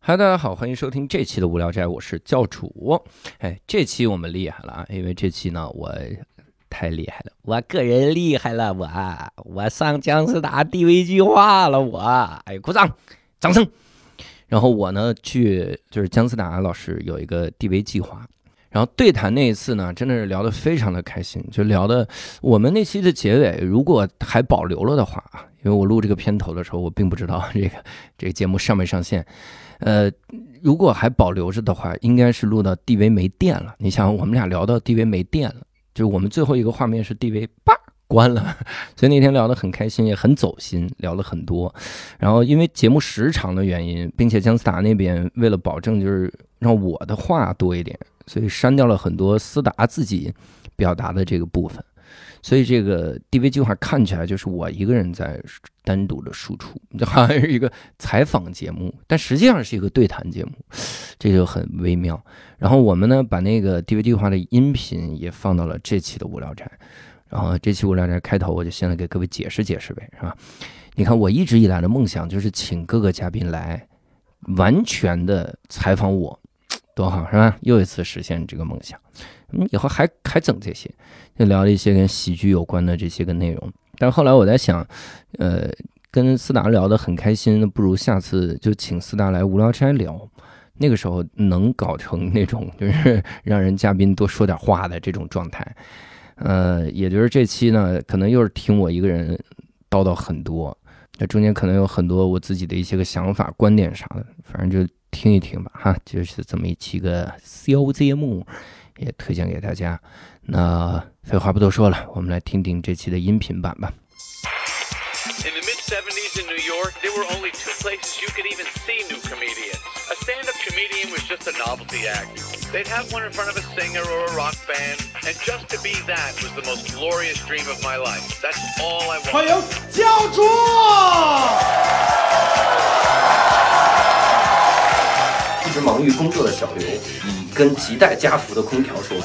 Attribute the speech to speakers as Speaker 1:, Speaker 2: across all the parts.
Speaker 1: 哈喽，大家好，欢迎收听这期的无聊斋，我是教主。哎，这期我们厉害了啊，因为这期呢，我太厉害了，我个人厉害了，我我上姜思达 DV 计划了，我哎，鼓掌，掌声。然后我呢去就是姜思达老师有一个 DV 计划。然后对谈那一次呢，真的是聊得非常的开心，就聊的我们那期的结尾，如果还保留了的话啊，因为我录这个片头的时候，我并不知道这个这个节目上没上线，呃，如果还保留着的话，应该是录到 DV 没电了。你想，我们俩聊到 DV 没电了，就是我们最后一个画面是 DV 叭关了， 所以那天聊得很开心，也很走心，聊了很多。然后因为节目时长的原因，并且姜思达那边为了保证就是让我的话多一点，所以删掉了很多思达自己表达的这个部分。所以这个 DV 计划看起来就是我一个人在单独的输出， 这好像是一个采访节目，但实际上是一个对谈节目，这就很微妙。然后我们呢，把那个 DV 计划的音频也放到了这期的无聊斋。然后这期无聊斋开头，我就先来给各位解释解释呗，是吧？你看，我一直以来的梦想就是请各个嘉宾来完全的采访我，多好是吧？又一次实现这个梦想。嗯，以后还还整这些，就聊了一些跟喜剧有关的这些个内容。但是后来我在想，呃，跟思达聊得很开心，不如下次就请思达来无聊斋聊。那个时候能搞成那种就是让人嘉宾多说点话的这种状态。呃，也就是这期呢，可能又是听我一个人叨叨很多，那中间可能有很多我自己的一些个想法、观点啥的，反正就听一听吧，哈，就是这么一期个小节目，也推荐给大家。那废话不多说了，我们来听听这期的音频版吧。
Speaker 2: In the mid 70s in New York, there were only two places you could even see new comedians. A stand up comedian was just a novelty act. They'd have one in front of a singer or a rock band, and just to be that was the most glorious dream of my life. That's all I
Speaker 3: 欢
Speaker 2: wanted.
Speaker 3: 迎教主。
Speaker 1: 一直忙于工作的小刘，以跟亟待加幅的空调说：“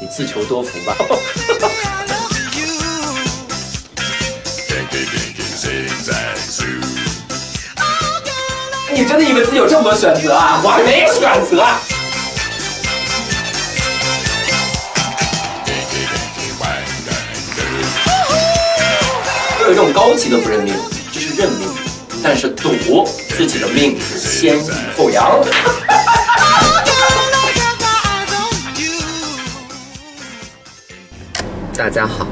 Speaker 1: 你自求多福吧。
Speaker 4: 你真的以为自己有这么多选择啊？我没有选择。
Speaker 1: 啊 有一种高级的不认命，这是认命，但是赌自己的命是先抑后扬。
Speaker 4: 大家好，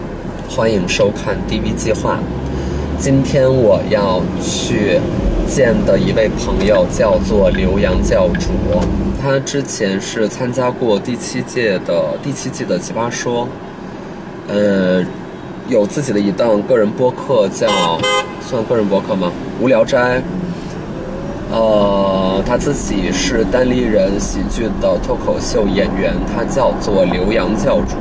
Speaker 4: 欢迎收看 DV 计划。今天我要去见的一位朋友叫做刘洋教主，他之前是参加过第七届的第七季的《奇葩说》，呃，有自己的一档个人播客叫算个人播客吗？无聊斋。呃，他自己是单立人喜剧的脱口秀演员，他叫做刘洋教主。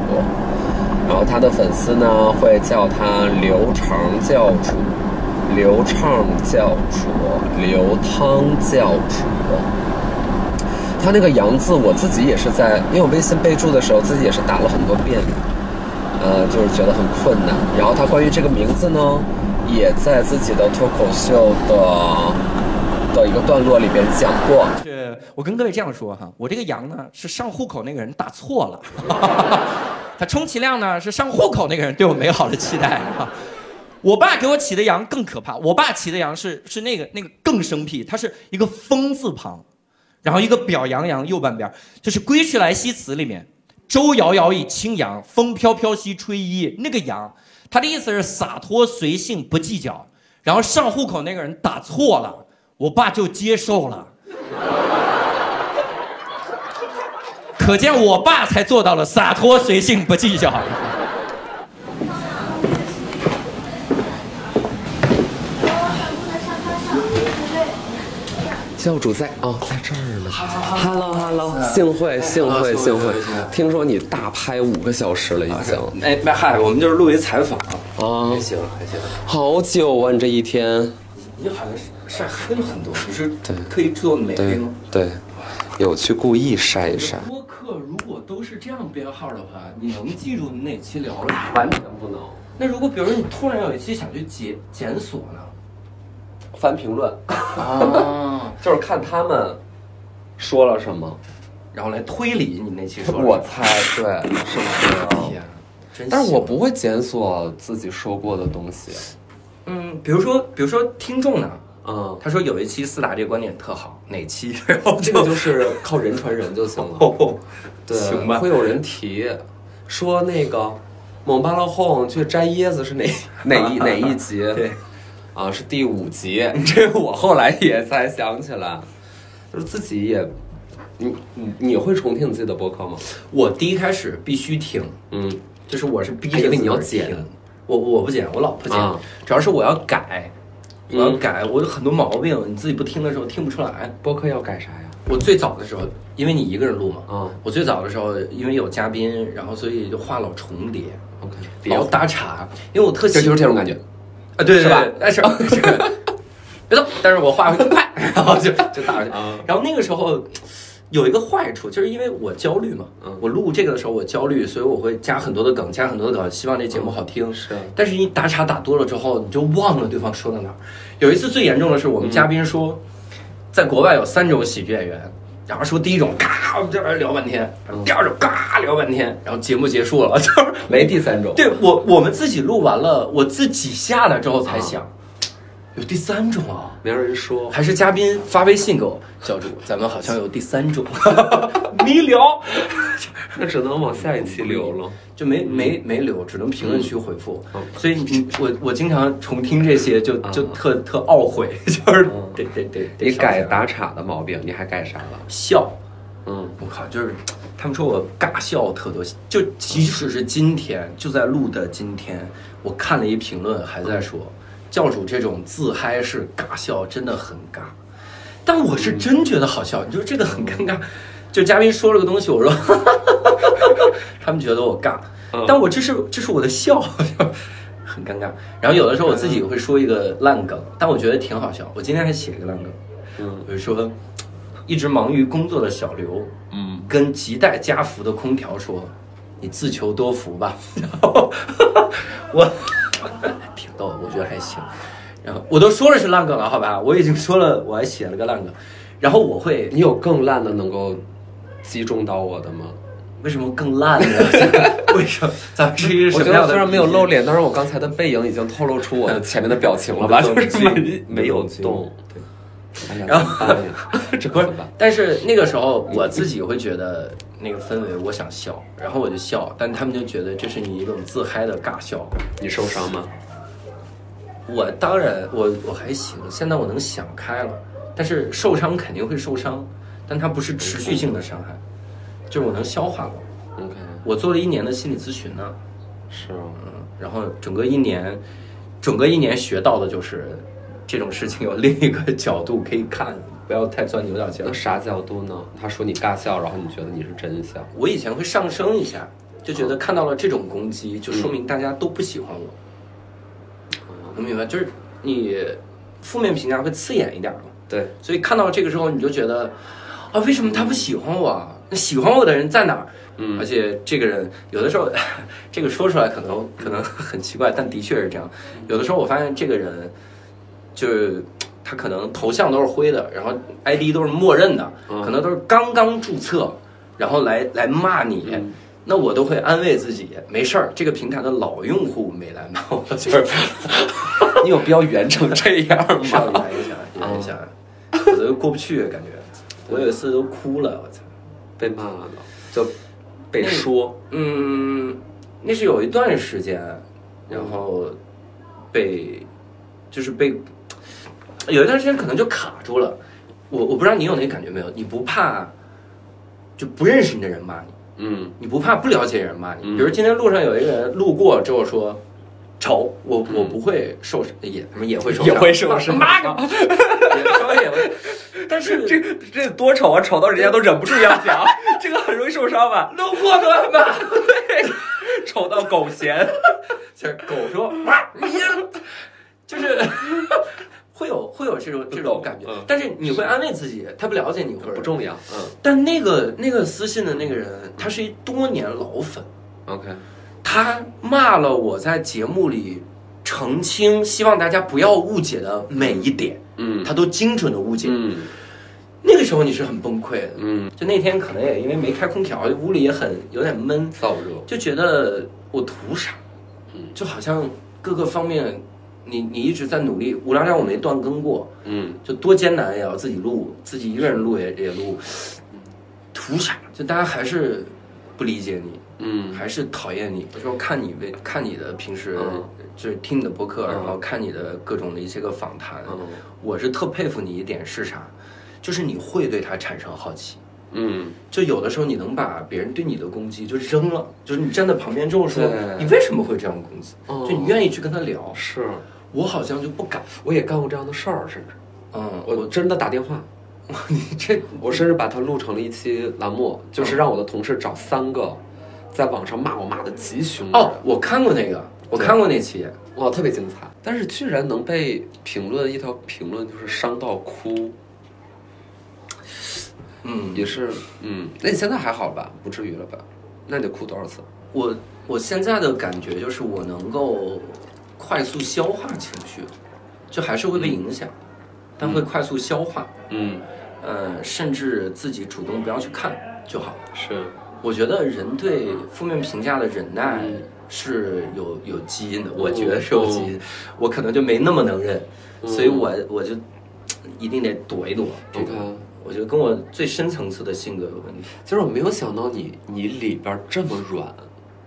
Speaker 4: 然后他的粉丝呢会叫他刘长教主、刘畅教主、刘汤教主。他那个“洋”字，我自己也是在，因为我微信备注的时候，自己也是打了很多遍，呃，就是觉得很困难。然后他关于这个名字呢，也在自己的脱口秀的的一个段落里边讲过。
Speaker 3: 是我跟各位这样说哈，我这个羊呢是上户口那个人打错了， 他充其量呢是上户口那个人对我美好的期待哈。我爸给我起的羊更可怕，我爸起的羊是是那个那个更生僻，它是一个风字旁，然后一个表扬扬右半边，就是《归去来兮辞》里面“舟遥遥以轻扬，风飘飘兮吹衣”那个扬，他的意思是洒脱随性不计较。然后上户口那个人打错了，我爸就接受了。可见我爸才做到了洒脱随性不计较。
Speaker 4: 教主在哦，在这儿呢。Hello Hello，幸
Speaker 5: 啊哎
Speaker 4: 会幸会幸会，听说你大拍五个小时了已经。
Speaker 5: 哎，那嗨，我们就是录一采访，
Speaker 4: 哦
Speaker 5: 还，行还行。
Speaker 4: 好久啊！你这一天，
Speaker 5: 你好像是晒黑了很多，你是特意制作美黑
Speaker 4: 对
Speaker 5: 吗？
Speaker 4: 对，有去故意晒一晒。
Speaker 5: 播客如果都是这样编号的话，你能记住哪期聊了？完全不能。那如果比如说你突然有一期想去检检索呢？
Speaker 4: 翻评论，
Speaker 5: 啊，
Speaker 4: 就是看他们
Speaker 6: 说了什么？
Speaker 4: 然后来推理你那期说
Speaker 6: 我
Speaker 4: 的。
Speaker 6: 猜对，是这样。
Speaker 4: 天啊，真
Speaker 6: 但是我
Speaker 4: 行
Speaker 6: 不会检索自己说过的东西。
Speaker 4: 嗯，比如说比如说听众呢，
Speaker 6: 嗯，
Speaker 4: 他说有一期思达这个观点特好，哪期？ 然后
Speaker 6: 这
Speaker 4: 就哦
Speaker 6: 个就是靠人传人就行 了。对，
Speaker 4: 行吧
Speaker 6: 会有人提说那个蒙巴拉哄去摘椰子是 哪哪一哪一集？
Speaker 4: 对，
Speaker 6: 啊，是第五集。 这我后来也才想起来，就是自己也，你你你会重听你自己的播客吗？
Speaker 4: 我第一开始必须听，
Speaker 6: 嗯，
Speaker 4: 就是我是逼
Speaker 6: 哎
Speaker 4: 着
Speaker 6: 因为你要
Speaker 4: 自个儿
Speaker 6: 剪
Speaker 4: 听，我我不剪，我老婆剪
Speaker 6: 啊，
Speaker 4: 主要是我要改，我要
Speaker 6: 嗯
Speaker 4: 改，我有很多毛病，你自己不听的时候听不出来。
Speaker 6: 播客要改啥呀？
Speaker 4: 我最早的时候，因为你一个人录嘛，
Speaker 6: 啊
Speaker 4: 我最早的时候因为有嘉宾，然后所以就话老重叠，
Speaker 6: ，OK，
Speaker 4: 老打岔，因为我特
Speaker 6: 这
Speaker 4: 喜
Speaker 6: 就是这种感觉。
Speaker 4: 啊，对
Speaker 6: 是
Speaker 4: 对
Speaker 6: 吧
Speaker 4: 对，哎是是，别动，但是我话会更快，然后就就打过去
Speaker 6: 啊。
Speaker 4: 然后那个时候有一个坏处，就是因为我焦虑嘛
Speaker 6: 嗯，
Speaker 4: 我录这个的时候我焦虑，所以我会加很多的梗，加很多的梗，希望这节目好听。
Speaker 6: 嗯是
Speaker 4: 但是你打岔打多了之后，你就忘了对方说到哪儿。有一次最严重的是，我们嘉宾说，在国外有三种喜剧演员，然后说第一种嘎，我们这边聊半天，第二种嘎聊半天，然后节目结束了， 就是
Speaker 6: 没第三种。
Speaker 4: 对我我们自己录完了，我自己下来之后才想，有第三种啊。
Speaker 6: 啊没人说，
Speaker 4: 还是嘉宾发微信给我，教主，咱们好像有第三 种，没聊，
Speaker 6: 那只能往下一期留了。
Speaker 4: 就没没没留，只能评论区回复。
Speaker 6: 嗯
Speaker 4: 所以你我我经常重听这些就，就特特懊悔， 就是
Speaker 6: 嗯
Speaker 4: 得得得得
Speaker 6: 你改
Speaker 4: 打
Speaker 6: 打岔的毛病，你还改啥了？
Speaker 4: 笑，
Speaker 6: 嗯，
Speaker 4: 我靠，就是他们说我尬笑特多，就即使是今天，就在录的今天，我看了一评论还在说，
Speaker 6: 嗯
Speaker 4: 教主这种自嗨式尬笑真的很尬，但我
Speaker 6: 嗯
Speaker 4: 是真觉得好笑，你说这个很尴尬，就嘉宾说了个东西，我说， 哈哈哈哈哈，他们觉得我尬
Speaker 6: 嗯，
Speaker 4: 但我这是这是我的笑。就很尴尬，然后有的时候我自
Speaker 6: 嗯
Speaker 4: 己会说一个烂梗，但我觉得挺好笑。我今天还写一个烂梗，
Speaker 6: 嗯
Speaker 4: 我就说，一直忙于工作的小刘，
Speaker 6: 嗯，
Speaker 4: 跟亟待加福的空调说：“你自求多福吧。”然后 我挺逗的，我觉得还行。然后我都说了是烂梗了，好吧，我已经说了，我还写了个烂梗。然后我会
Speaker 6: 你有更烂的能够击中到我的吗？
Speaker 4: 为什么更烂呢？ 为什么？咱们是一个什
Speaker 6: 我
Speaker 4: 么
Speaker 6: 觉
Speaker 4: 样
Speaker 6: 得
Speaker 4: 的？
Speaker 6: 虽然没有露，脸，但是我刚才的背影已经透露出我的前面的表情 了吧？就是没没有动。
Speaker 4: 对。
Speaker 6: 哎呀，
Speaker 4: 然
Speaker 6: 怎
Speaker 4: 后
Speaker 6: 么办呀？这
Speaker 4: 不
Speaker 6: 可
Speaker 4: 是
Speaker 6: 怎么办？，
Speaker 4: 但是那个时候我自己会觉得那个氛围，我想笑，然后我就笑，但他们就觉得这是你一种自嗨的尬笑。
Speaker 6: 你受伤吗？
Speaker 4: 我当然，我我还行，现在我能想开了，但是受伤肯定会受伤，但它不是持续性的伤害，就是我能消化了。
Speaker 6: 嗯 OK，
Speaker 4: 我做了一年的心理咨询呢，
Speaker 6: 是啊，
Speaker 4: 嗯，然后整个一年，整个一年学到的就是这种事情有另一个角度可以看，不要太钻牛角尖
Speaker 6: 那。啥角度呢？他说你尬笑，然后你觉得你是真笑。
Speaker 4: 我以前会上升一下，就觉得看到了这种攻击，就说明大家都不喜欢我。能明白？就是你负面评价会刺眼一点嘛。
Speaker 6: 对，
Speaker 4: 所以看到这个时候，你就觉得啊，为什么他不喜欢我啊？那喜欢我的人在哪儿？
Speaker 6: 嗯
Speaker 4: 而且这个人有的时候，这个说出来可能可能很奇怪，但的确是这样。有的时候我发现这个人就是。他可能头像都是灰的，然后 ID 都是默认的，
Speaker 6: 嗯
Speaker 4: 可能都是刚刚注册，然后来来骂你，
Speaker 6: 嗯
Speaker 4: 那我都会安慰自己，没事儿，这个平台的老用户没来骂 我，就是
Speaker 6: 你有必要圆成这样
Speaker 4: 上
Speaker 6: 吗？
Speaker 4: 来一下，演一下，我都过不去，感觉。我有一次都哭了，我操。
Speaker 6: 被骂了，就被说。
Speaker 4: 嗯，那是有一段时间，然
Speaker 6: 嗯
Speaker 4: 后被就是被有一段时间可能就卡住了。我我不知道你有那个感觉没有？你不怕就不认识你的人骂你，
Speaker 6: 嗯
Speaker 4: 你不怕不了解人骂你？
Speaker 6: 嗯
Speaker 4: 比如今天路上有一个人路过之后说。丑，我我不会受伤，也他妈也会受伤，
Speaker 6: 嗯也会受伤
Speaker 4: 妈个， 也稍微也会，但是
Speaker 6: 这个这多丑啊！丑到人家都忍不住要 讲，这个很容易受伤吧？
Speaker 4: 路过的吧，
Speaker 6: 丑到狗嗯嫌。
Speaker 4: 就是狗说哇，你就是会有会有这种这种感觉
Speaker 6: 嗯，
Speaker 4: 但是你会安慰自己，他不了解你或者
Speaker 6: 不。重要。嗯
Speaker 4: 但那个那个私信的那个人，他是一多年老粉，
Speaker 6: ，OK，
Speaker 4: 他骂了我在节目里澄清，希望大家不要误解的每一点，
Speaker 6: 嗯，
Speaker 4: 他都精准的误解。
Speaker 6: 嗯，
Speaker 4: 那个时候你是很崩溃的，
Speaker 7: 嗯，
Speaker 4: 就那天可能也因为没开空调，屋里也很有点闷，
Speaker 7: 燥热，
Speaker 4: 就觉得我图啥
Speaker 7: 嗯，
Speaker 4: 就好像各个方面你你一直在努力，无聊斋我没断更过，
Speaker 7: 嗯，
Speaker 4: 就多艰难也要自己录，自己一个人录也也录，图啥？就大家还是不理解你，
Speaker 7: 嗯
Speaker 4: 还是讨厌你。有时候看你为看你的平时、
Speaker 7: 嗯
Speaker 4: 就是听你的播客，
Speaker 7: 嗯
Speaker 4: 然后看你的各种的一些个访谈，
Speaker 7: 嗯
Speaker 4: 我是特佩服你一点是啥，就是你会对他产生好奇。
Speaker 7: 嗯，
Speaker 4: 就有的时候你能把别人对你的攻击就扔了，就是你站在旁边之后说
Speaker 7: 对
Speaker 4: 你为什么会这样攻击，
Speaker 6: 嗯
Speaker 7: 哦
Speaker 4: 就你愿意去跟他聊。
Speaker 7: 是，
Speaker 4: 我好像就不敢，
Speaker 7: 我也干过这样的事儿，甚至
Speaker 4: 嗯，
Speaker 7: 我
Speaker 4: 我
Speaker 7: 真的打电 话，
Speaker 4: 这
Speaker 7: 我甚至把它录成了一期栏目，
Speaker 6: 嗯
Speaker 7: 就是让我的同事找三个在网上骂我骂的极凶啊的人
Speaker 4: 哦，，我看过那个，我看过那期，
Speaker 7: 哇，特别精彩。但是居然能被评论一条评论就是伤到哭，
Speaker 4: 嗯，
Speaker 7: 也是，嗯，那你现在还好吧？不至于了吧？那你得哭多少次？
Speaker 4: 我我现在的感觉就是我能够快速消化情绪，就还是会被影响，但会快速消化，
Speaker 7: 嗯，
Speaker 4: 呃，甚至自己主动不要去看就好了。
Speaker 7: 是，
Speaker 4: 我觉得人对负面评价的忍耐是有有基因的，
Speaker 7: 哦
Speaker 4: 我觉得是有基因，我可能就没那么能忍，
Speaker 7: 嗯
Speaker 4: 所以我我就嘖一定得躲一躲。这个
Speaker 7: OK
Speaker 4: 我觉得跟我最深层次的性格有问题。
Speaker 7: 就是我没有想到你，你里边这么软，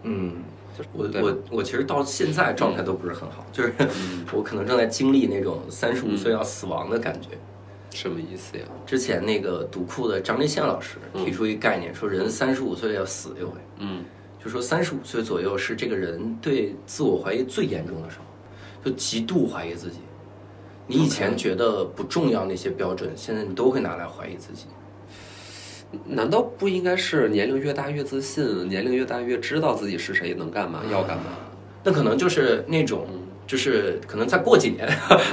Speaker 4: 嗯，
Speaker 7: 就是
Speaker 4: 我
Speaker 7: 对
Speaker 4: 我我其实到现在状态都不是很好，就是
Speaker 7: 嗯
Speaker 4: 我可能正在经历那种三十五岁要死亡的感觉。
Speaker 7: 什么意思呀？
Speaker 4: 之前那个读库的张立宪老师提出一个概念，说人三十五岁要死一回。
Speaker 7: 嗯
Speaker 4: 就说三十五岁左右是这个人对自我怀疑最严重的时候，就极度怀疑自己。你以前觉得不重要那些标准，现在你都会拿来怀疑自己。
Speaker 7: 难道不应该是年龄越大越自信，年龄越大越知道自己是谁，能干嘛，要干嘛？
Speaker 4: 那可能就是那种，就是可能再过几年，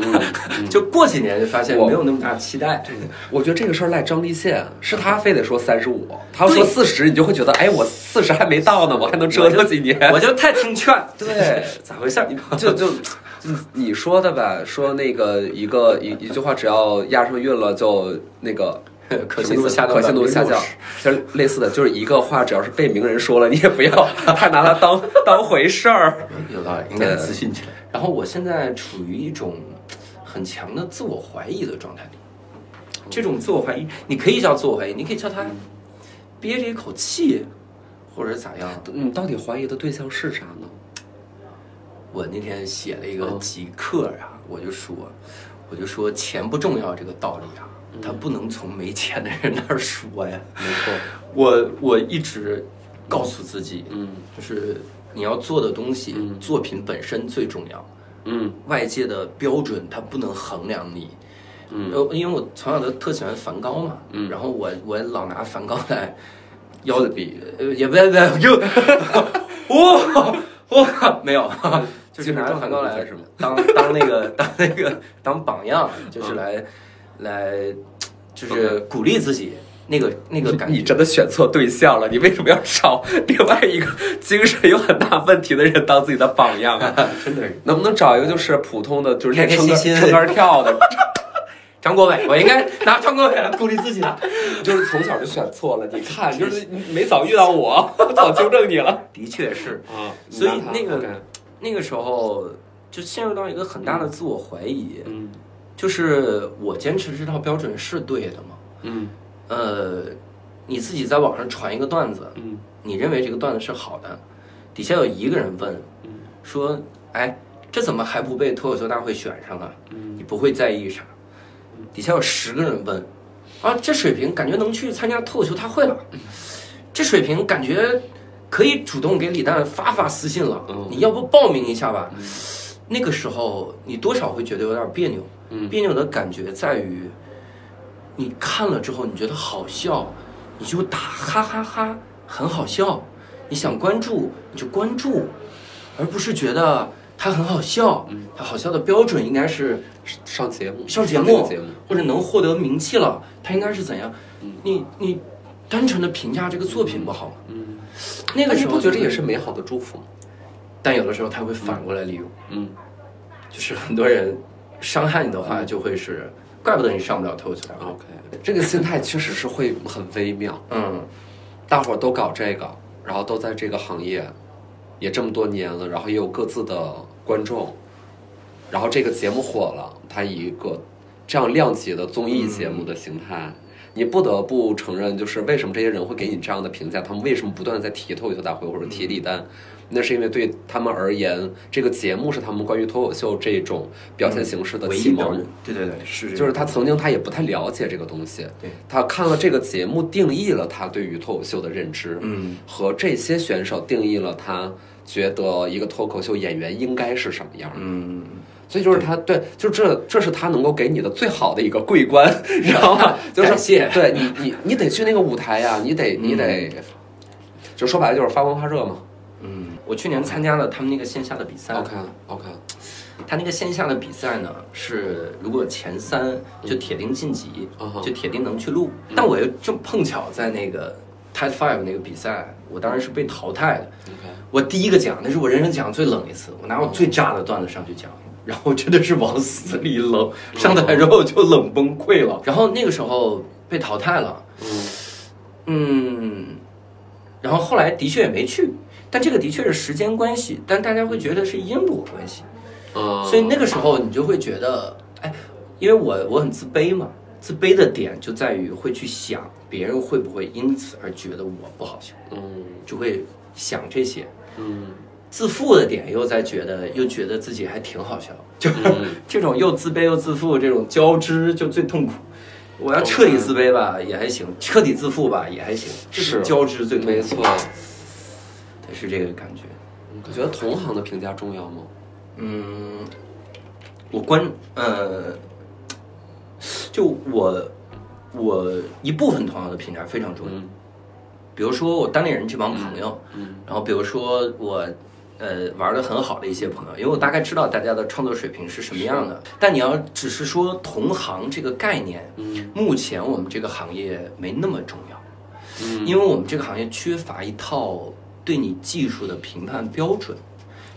Speaker 4: 就过几年就发现
Speaker 7: 我
Speaker 4: 没有那么大期待。
Speaker 7: 我觉得这个事儿赖张立宪，是他非得说三十五，他要说四十，你就会觉得，哎，我四十还没到呢，我还能折腾几年。
Speaker 4: 我就太听劝，
Speaker 7: 对，
Speaker 4: 咋回事儿？
Speaker 7: 就就就 你说的吧，说那个一个一一句话，只要押上韵了，就那个。
Speaker 4: 可信度下降
Speaker 7: 可信度下降，就是类似的，就是一个话，只要是被名人说了，你也不要 太拿它当 当回事儿。
Speaker 4: 有道理，应该自信起来。啊然后我现在处于一种很强的自我怀疑的状态里，这种自我怀疑，你可以叫自我怀疑，你可以叫他憋着一口气，或者咋样。
Speaker 7: 你到底怀疑的对象是啥呢？
Speaker 4: 我那天写了一个极客啊，我就说，我就说钱不重要这个道理啊，他不能从没钱的人那儿说呀。
Speaker 7: 没错，
Speaker 4: 我我一直告诉自己，
Speaker 7: 嗯
Speaker 4: 就是你要做的东西，
Speaker 7: 嗯
Speaker 4: 作品本身最重要。
Speaker 7: 嗯
Speaker 4: 外界的标准它不能衡量你。
Speaker 7: 嗯
Speaker 4: 呃，因为我从小都特喜欢梵高嘛，
Speaker 7: 嗯
Speaker 4: 然后我我老拿梵高来腰子比，呃，也不不 又，我我靠，没有， 就是拿梵高来
Speaker 7: 精神状态不在是吗
Speaker 4: 当当那个 当那个当榜样，就是
Speaker 7: 嗯
Speaker 4: 来来就是鼓励自己那个那个感觉。
Speaker 7: 你真的选错对象了。你为什么要找另外一个精神有很大问题的人当自己的榜样啊？
Speaker 4: 真的是
Speaker 7: 能不能找一个就是普通的，就是
Speaker 4: 开
Speaker 7: 练
Speaker 4: 开
Speaker 7: 撑杆
Speaker 4: 心心
Speaker 7: 撑杆跳的，
Speaker 4: 张国伟，我应该拿张国伟来鼓励自己的。
Speaker 7: 就是从小就选错 了。你看，就是你没早遇到我， 我早纠正你了
Speaker 4: 的确是，
Speaker 7: 啊。
Speaker 4: 所以那个 那个时候就陷入到一个很大的自我怀疑，
Speaker 7: 嗯
Speaker 4: 就是我坚持这套标准是对的吗？
Speaker 7: 嗯
Speaker 4: 呃，你自己在网上传一个段子，
Speaker 7: 嗯
Speaker 4: 你认为这个段子是好的，底下有一个人问
Speaker 7: 嗯，
Speaker 4: 说，哎，这怎么还不被脱口秀大会选上啊？
Speaker 7: 嗯
Speaker 4: 你不会在意啥？底下有十个人问，啊，这水平感觉能去参加脱口秀大会了，这水平感觉可以主动给李诞发发私信了
Speaker 7: 嗯，
Speaker 4: 你要不报名一下吧？那个时候你多少会觉得有点别扭，
Speaker 7: 嗯
Speaker 4: 别扭的感觉在于，你看了之后你觉得好笑，你就打哈哈哈很好笑，你想关注你就关注，而不是觉得它很好笑。
Speaker 7: 嗯
Speaker 4: 它好笑的标准应该是
Speaker 7: 上节目
Speaker 4: 上节
Speaker 7: 那
Speaker 4: 目
Speaker 7: 个节目，
Speaker 4: 或者能获得名气了，它应该是怎样？你你单纯的评价这个作品不好吗？
Speaker 7: 嗯，
Speaker 4: 那个
Speaker 7: 但
Speaker 4: 时
Speaker 7: 是
Speaker 4: 候
Speaker 7: 不觉得
Speaker 4: 就
Speaker 7: 也是？美好的祝福吗？
Speaker 4: 但有的时候他会反过来利用，
Speaker 7: 嗯
Speaker 4: 嗯就是很多人伤害你的话就会是。怪不得你上不了脱口秀大会。
Speaker 7: OK，这个心态确实是会很微妙。
Speaker 4: 嗯，
Speaker 7: 大伙儿都搞这个，然后都在这个行业，也这么多年了，然后也有各自的观众，然后这个节目火了，它以一个这样量级的综艺节目的形态，你不得不承认，就是为什么这些人会给你这样的评价，他们为什么不断地在提脱口秀大会或者提李诞。那是因为对他们而言，这个节目是他们关于脱口秀这种表现形式的
Speaker 4: 嗯唯
Speaker 7: 启
Speaker 4: 一
Speaker 7: 蒙。
Speaker 4: 标准，对对对，是
Speaker 7: 就
Speaker 4: 这
Speaker 7: 是
Speaker 4: 样
Speaker 7: 他曾经他也不太了解这个东西，
Speaker 4: 对
Speaker 7: 他看了这个节目定义了他对于脱口秀的认知，
Speaker 4: 嗯，
Speaker 7: 和这些选手定义了他觉得一个脱口秀演员应该是什么样，
Speaker 4: 嗯，
Speaker 7: 所以就是他对，就这这是他能够给你的最好的一个桂冠，知道 吗？就是
Speaker 4: 感谢
Speaker 7: 对你你你得去那个舞台呀，你得你得，就说白了就是发光发热嘛。
Speaker 4: 嗯，我去年参加了他们那个线下的比赛
Speaker 7: OK OK，
Speaker 4: 他那个线下的比赛呢，是如果前三就铁定晋级，
Speaker 7: 嗯哼嗯
Speaker 4: 就铁定能去录。但我又正碰巧在那个 Tide Five 那个比赛，我当然是被淘汰的。我第一个讲，那是我人生讲最冷一次，我拿我最炸的段子上去讲，
Speaker 7: 嗯
Speaker 4: 然后真的是往死里冷，上台之后就冷崩溃了。然后那个时候被淘汰了，嗯，然后后来的确也没去，但这个的确是时间关系，但大家会觉得是因果关系。
Speaker 7: 嗯，
Speaker 4: 所以那个时候你就会觉得，哎，因为我我很自卑嘛，自卑的点就在于会去想别人会不会因此而觉得我不好笑，
Speaker 7: 嗯
Speaker 4: 就会想这些。
Speaker 7: 嗯
Speaker 4: 自负的点又在觉得又觉得自己还挺好笑，就是
Speaker 7: 嗯
Speaker 4: 这种又自卑又自负这种交织就最痛苦。我要彻底自卑吧也还行，彻底自负吧也还行，这
Speaker 7: 是
Speaker 4: 交织最痛苦
Speaker 7: 没错，
Speaker 4: 是这个感觉。
Speaker 7: 你觉得同行的评价重要吗？
Speaker 4: 嗯，我关呃，就我我一部分同行的评价非常重要，
Speaker 7: 嗯
Speaker 4: 比如说我单立人这帮朋友，
Speaker 7: 嗯
Speaker 4: 然后比如说我呃玩的很好的一些朋友，因为我大概知道大家的创作水平是什么样的。但你要只是说同行这个概念，
Speaker 7: 嗯
Speaker 4: 目前我们这个行业没那么重要，
Speaker 7: 嗯，
Speaker 4: 因为我们这个行业缺乏一套对你技术的评判标准。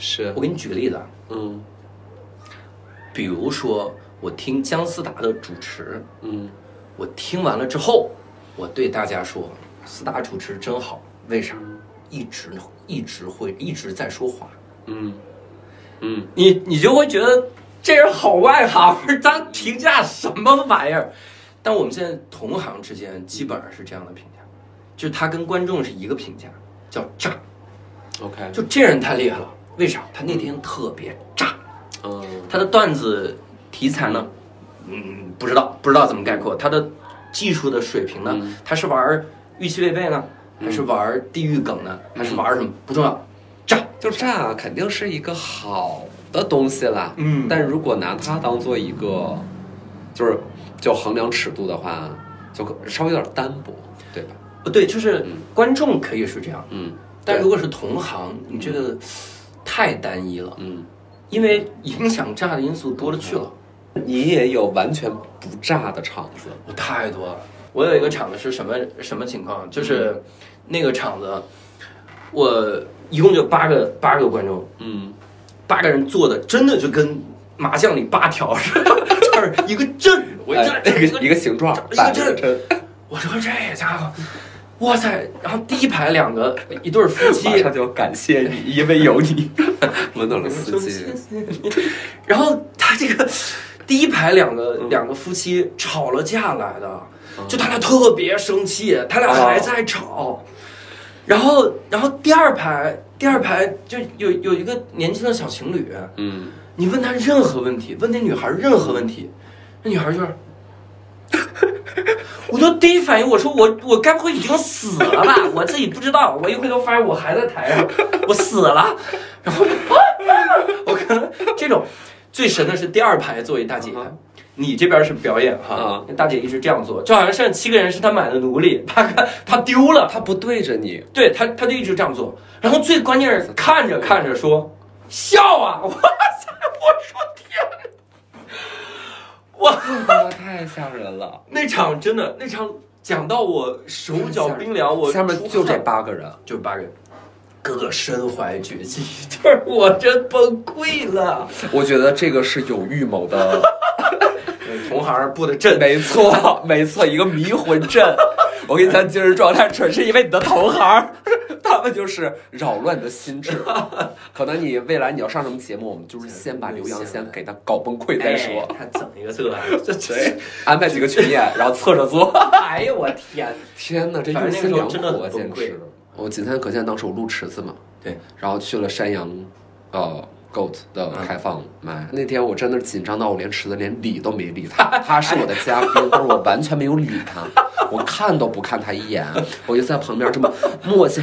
Speaker 7: 是
Speaker 4: 我给你举个例子啊，
Speaker 7: 嗯
Speaker 4: 比如说，我听姜思达的主持，
Speaker 7: 嗯
Speaker 4: 我听完了之后，我对大家说，思达主持真好，为啥？一直一直会一直在说话，
Speaker 7: 嗯嗯
Speaker 4: 你你就会觉得这人好外行，他评价什么玩意儿？但我们现在同行之间基本上是这样的评价，就是他跟观众是一个评价，叫炸，
Speaker 7: ，OK，
Speaker 4: 就这人太厉害了，为啥？他那天特别炸，
Speaker 7: 嗯
Speaker 4: 他的段子题材呢，嗯，不知道不知道怎么概括。他的技术的水平呢，
Speaker 7: 嗯
Speaker 4: 他是玩预期违背呢，还是玩地域梗呢，
Speaker 7: 嗯
Speaker 4: 还是玩什么不重要，炸。
Speaker 7: 就炸肯定是一个好的东西啦，
Speaker 4: 嗯
Speaker 7: 但如果拿它当做一个就是就衡量尺度的话，就稍微有点单薄，对吧？
Speaker 4: 不哦对，就是观众可以是这样，
Speaker 7: 嗯，
Speaker 4: 但
Speaker 7: 对
Speaker 4: 如果是同行，你这个太单一了，
Speaker 7: 嗯，
Speaker 4: 因为影响炸的因素多了去了。
Speaker 7: 你也有完全不炸的场子，
Speaker 4: 我太多了。我有一个厂子是什么什么情况？
Speaker 7: 嗯
Speaker 4: 就是那个厂子，我一共就八个八个观众，
Speaker 7: 嗯
Speaker 4: 八个人做的，真的就跟麻将里八条似的， 就是一个阵。我一
Speaker 7: 哎
Speaker 4: 看，
Speaker 7: 那
Speaker 4: 这
Speaker 7: 个一个形状，
Speaker 4: 一个
Speaker 7: 摆了
Speaker 4: 劲儿
Speaker 7: 针
Speaker 4: 我说这家伙，哇塞！然后第一排两个一对夫妻，
Speaker 7: 马上就感谢你，因为有 你，温暖了司机，
Speaker 4: 然后他这个第一排两个、
Speaker 7: 嗯
Speaker 4: 两个夫妻吵了架来的，就他俩特别生气，他俩
Speaker 7: 哦
Speaker 4: 还在吵。然后，然后第二排第二排就有有一个年轻的小情侣，
Speaker 7: 嗯，
Speaker 4: 你问他任何问题，问那女孩任何问题，那女孩就是。我都第一反应，我说我我该不会已经死了吧？我自己不知道，我一回头发现我还在台上，我死了。然后我就啊，我可能这种最神的是第二排座位大姐，你这边是表演哈
Speaker 7: 啊，
Speaker 4: 那大姐一直这样做，就好像剩七个人是她买的奴隶，怕她怕丢了，
Speaker 7: 他不对着你，
Speaker 4: 对他，他就一直这样做。然后最关键是看着看着说笑啊！哇塞！我说天哪！哇，
Speaker 7: 太吓人了。
Speaker 4: 那场真的那场讲到我手脚冰凉，我
Speaker 7: 下面就这
Speaker 4: 出汗
Speaker 7: 八个人，啊
Speaker 4: 就八个人，个个身怀绝技，就是我真崩溃了。
Speaker 7: 我觉得这个是有预谋的，
Speaker 4: 同行布的阵，
Speaker 7: 没错， 没错，一个迷魂 阵。我跟你讲，精神状态纯是因为你的同行儿， 他们就是扰乱你的心智。可能你未来你要上什么节目，我们就是先把刘洋先给他搞崩溃再说，
Speaker 4: 哎他整一个这，这
Speaker 7: 对，安排几个群演，然后侧着做。
Speaker 4: 哎呦我天，
Speaker 7: 天哪，这
Speaker 4: 反
Speaker 7: 用
Speaker 4: 正
Speaker 7: 心
Speaker 4: 那个时
Speaker 7: 良
Speaker 4: 候真的
Speaker 7: 苦啊，
Speaker 4: 很崩
Speaker 7: 简
Speaker 4: 溃
Speaker 7: 直。。我仅天可见当时我录池子嘛，
Speaker 4: 对，
Speaker 7: 然后去了山羊，呃，Goat 的
Speaker 4: 嗯
Speaker 7: 开放麦。那天我真的紧张到我连池子连理都没理他， 他是我的嘉宾，但是我完全没有理他，我看都不看他一眼，我就在旁边这么默契。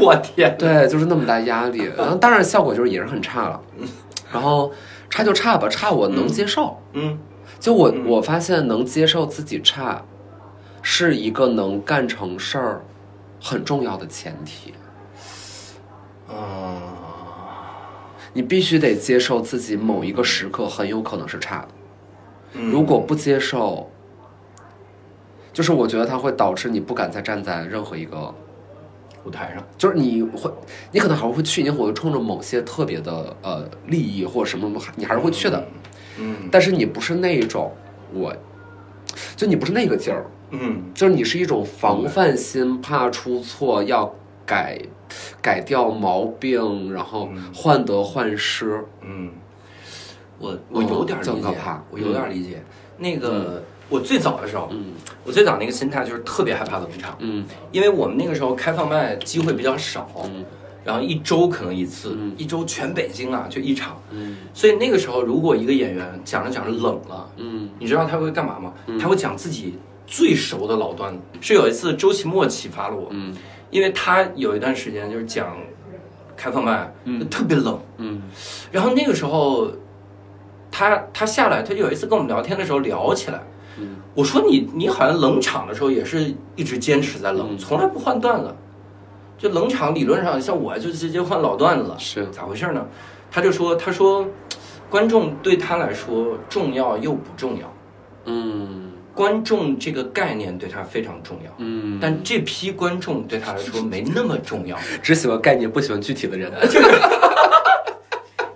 Speaker 4: 我天，
Speaker 7: 对，就是那么大压力。然后当然效果就是也是很差了，然后差就差吧，差我能接受。
Speaker 4: 嗯，
Speaker 7: 就我我发现能接受自己差，是一个能干成事儿很重要的前提。
Speaker 4: 嗯，
Speaker 7: 你必须得接受自己某一个时刻很有可能是差的，
Speaker 4: 嗯
Speaker 7: 如果不接受，就是我觉得它会导致你不敢再站在任何一个
Speaker 4: 舞台上，
Speaker 7: 就是你会，你可能还会去，你可能会冲着某些特别的呃利益或者什么什么，你还是会去的。
Speaker 4: 嗯
Speaker 7: 但是你不是那一种，我，就你不是那个劲儿，
Speaker 4: 嗯
Speaker 7: 就是你是一种防范心，怕出错，要改改掉毛病，然后患得患失。
Speaker 4: 嗯，我我有点理
Speaker 7: 哦这么可
Speaker 4: 解
Speaker 7: 怕，
Speaker 4: 我有点理解。那个我最早的时候，
Speaker 7: 嗯
Speaker 4: 我最早那个心态就是特别害怕冷场，
Speaker 7: 嗯
Speaker 4: 因为我们那个时候开放麦机会比较少，
Speaker 7: 嗯
Speaker 4: 然后一周可能一次，
Speaker 7: 嗯
Speaker 4: 一周全北京啊就一场，
Speaker 7: 嗯
Speaker 4: 所以那个时候如果一个演员讲着讲着冷了，
Speaker 7: 嗯
Speaker 4: 你知道他会干嘛吗？他会讲自己最熟的老段子。是有一次周奇墨启发了我，
Speaker 7: 嗯
Speaker 4: 因为他有一段时间就是讲开放麦，
Speaker 7: 嗯
Speaker 4: 特别冷，
Speaker 7: 嗯
Speaker 4: 然后那个时候，他他下来，他有一次跟我们聊天的时候聊起来，
Speaker 7: 嗯
Speaker 4: 我说你你好像冷场的时候也是一直坚持在冷，
Speaker 7: 嗯
Speaker 4: 从来不换段子，就冷场理论上像我就直接换老段子了，
Speaker 7: 是
Speaker 4: 咋回事呢？他就说他说，观众对他来说重要又不重要，
Speaker 7: 嗯
Speaker 4: 观众这个概念对他非常重要，
Speaker 7: 嗯，
Speaker 4: 但这批观众对他来说没那么重要。
Speaker 7: 只喜欢概念，不喜欢具体的人。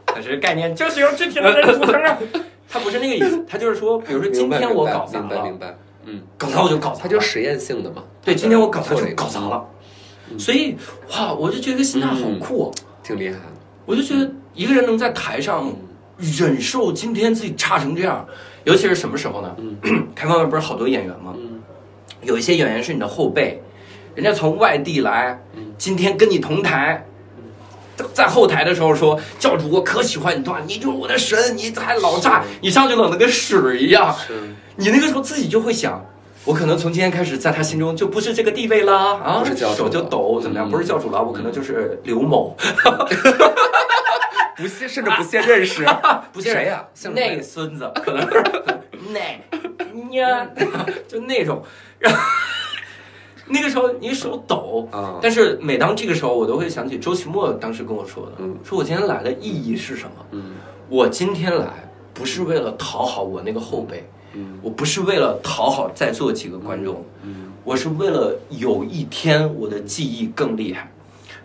Speaker 4: 可是概念就是由具体的人组成 的。他不是那个意思，他就是说，比如说今天我搞砸
Speaker 7: 明白明
Speaker 4: 了，
Speaker 7: 白，嗯，
Speaker 4: 搞砸我就搞砸了，
Speaker 7: 它就实验性的嘛，
Speaker 4: 对，今天我搞砸
Speaker 7: 做
Speaker 4: 就
Speaker 7: 了一个嗯
Speaker 4: 搞砸了。所以哇，我就觉得心态好酷哦，
Speaker 7: 挺厉害的。
Speaker 4: 我就觉得一个人能在台上忍受今天自己差成这样，尤其是什么时候呢？ 开放麦不是好多演员吗？
Speaker 7: 嗯
Speaker 4: 有一些演员是你的后辈，人家从外地来，
Speaker 7: 嗯
Speaker 4: 今天跟你同台，在后台的时候说教主我可喜欢你段，你就是我的神，你还老炸，你上去冷的跟屎一样，
Speaker 7: 是，
Speaker 4: 你那个时候自己就会想。我可能从今天开始，在他心中就不是这个地位啦啊，
Speaker 7: 不是教主
Speaker 4: 手就
Speaker 7: 了
Speaker 4: 抖，怎么样？
Speaker 7: 嗯
Speaker 4: 不是教主了，我可能就是刘某，
Speaker 7: 不屑，甚至不屑认 识，
Speaker 4: 不是
Speaker 7: 谁呀姓什么呀啊
Speaker 4: 那个孙子，可能是 那呀，就那种。然后那个时候你手抖
Speaker 7: 啊
Speaker 4: 但是每当这个时候，我都会想起周奇墨当时跟我说的，
Speaker 7: 嗯
Speaker 4: 说我今天来的意义是什么？
Speaker 7: 嗯
Speaker 4: 我今天来不是为了讨好我那个后辈，
Speaker 7: 嗯
Speaker 4: 我不是为了讨好在座几个观众，
Speaker 7: 嗯
Speaker 4: 我是为了有一天我的记忆更厉害，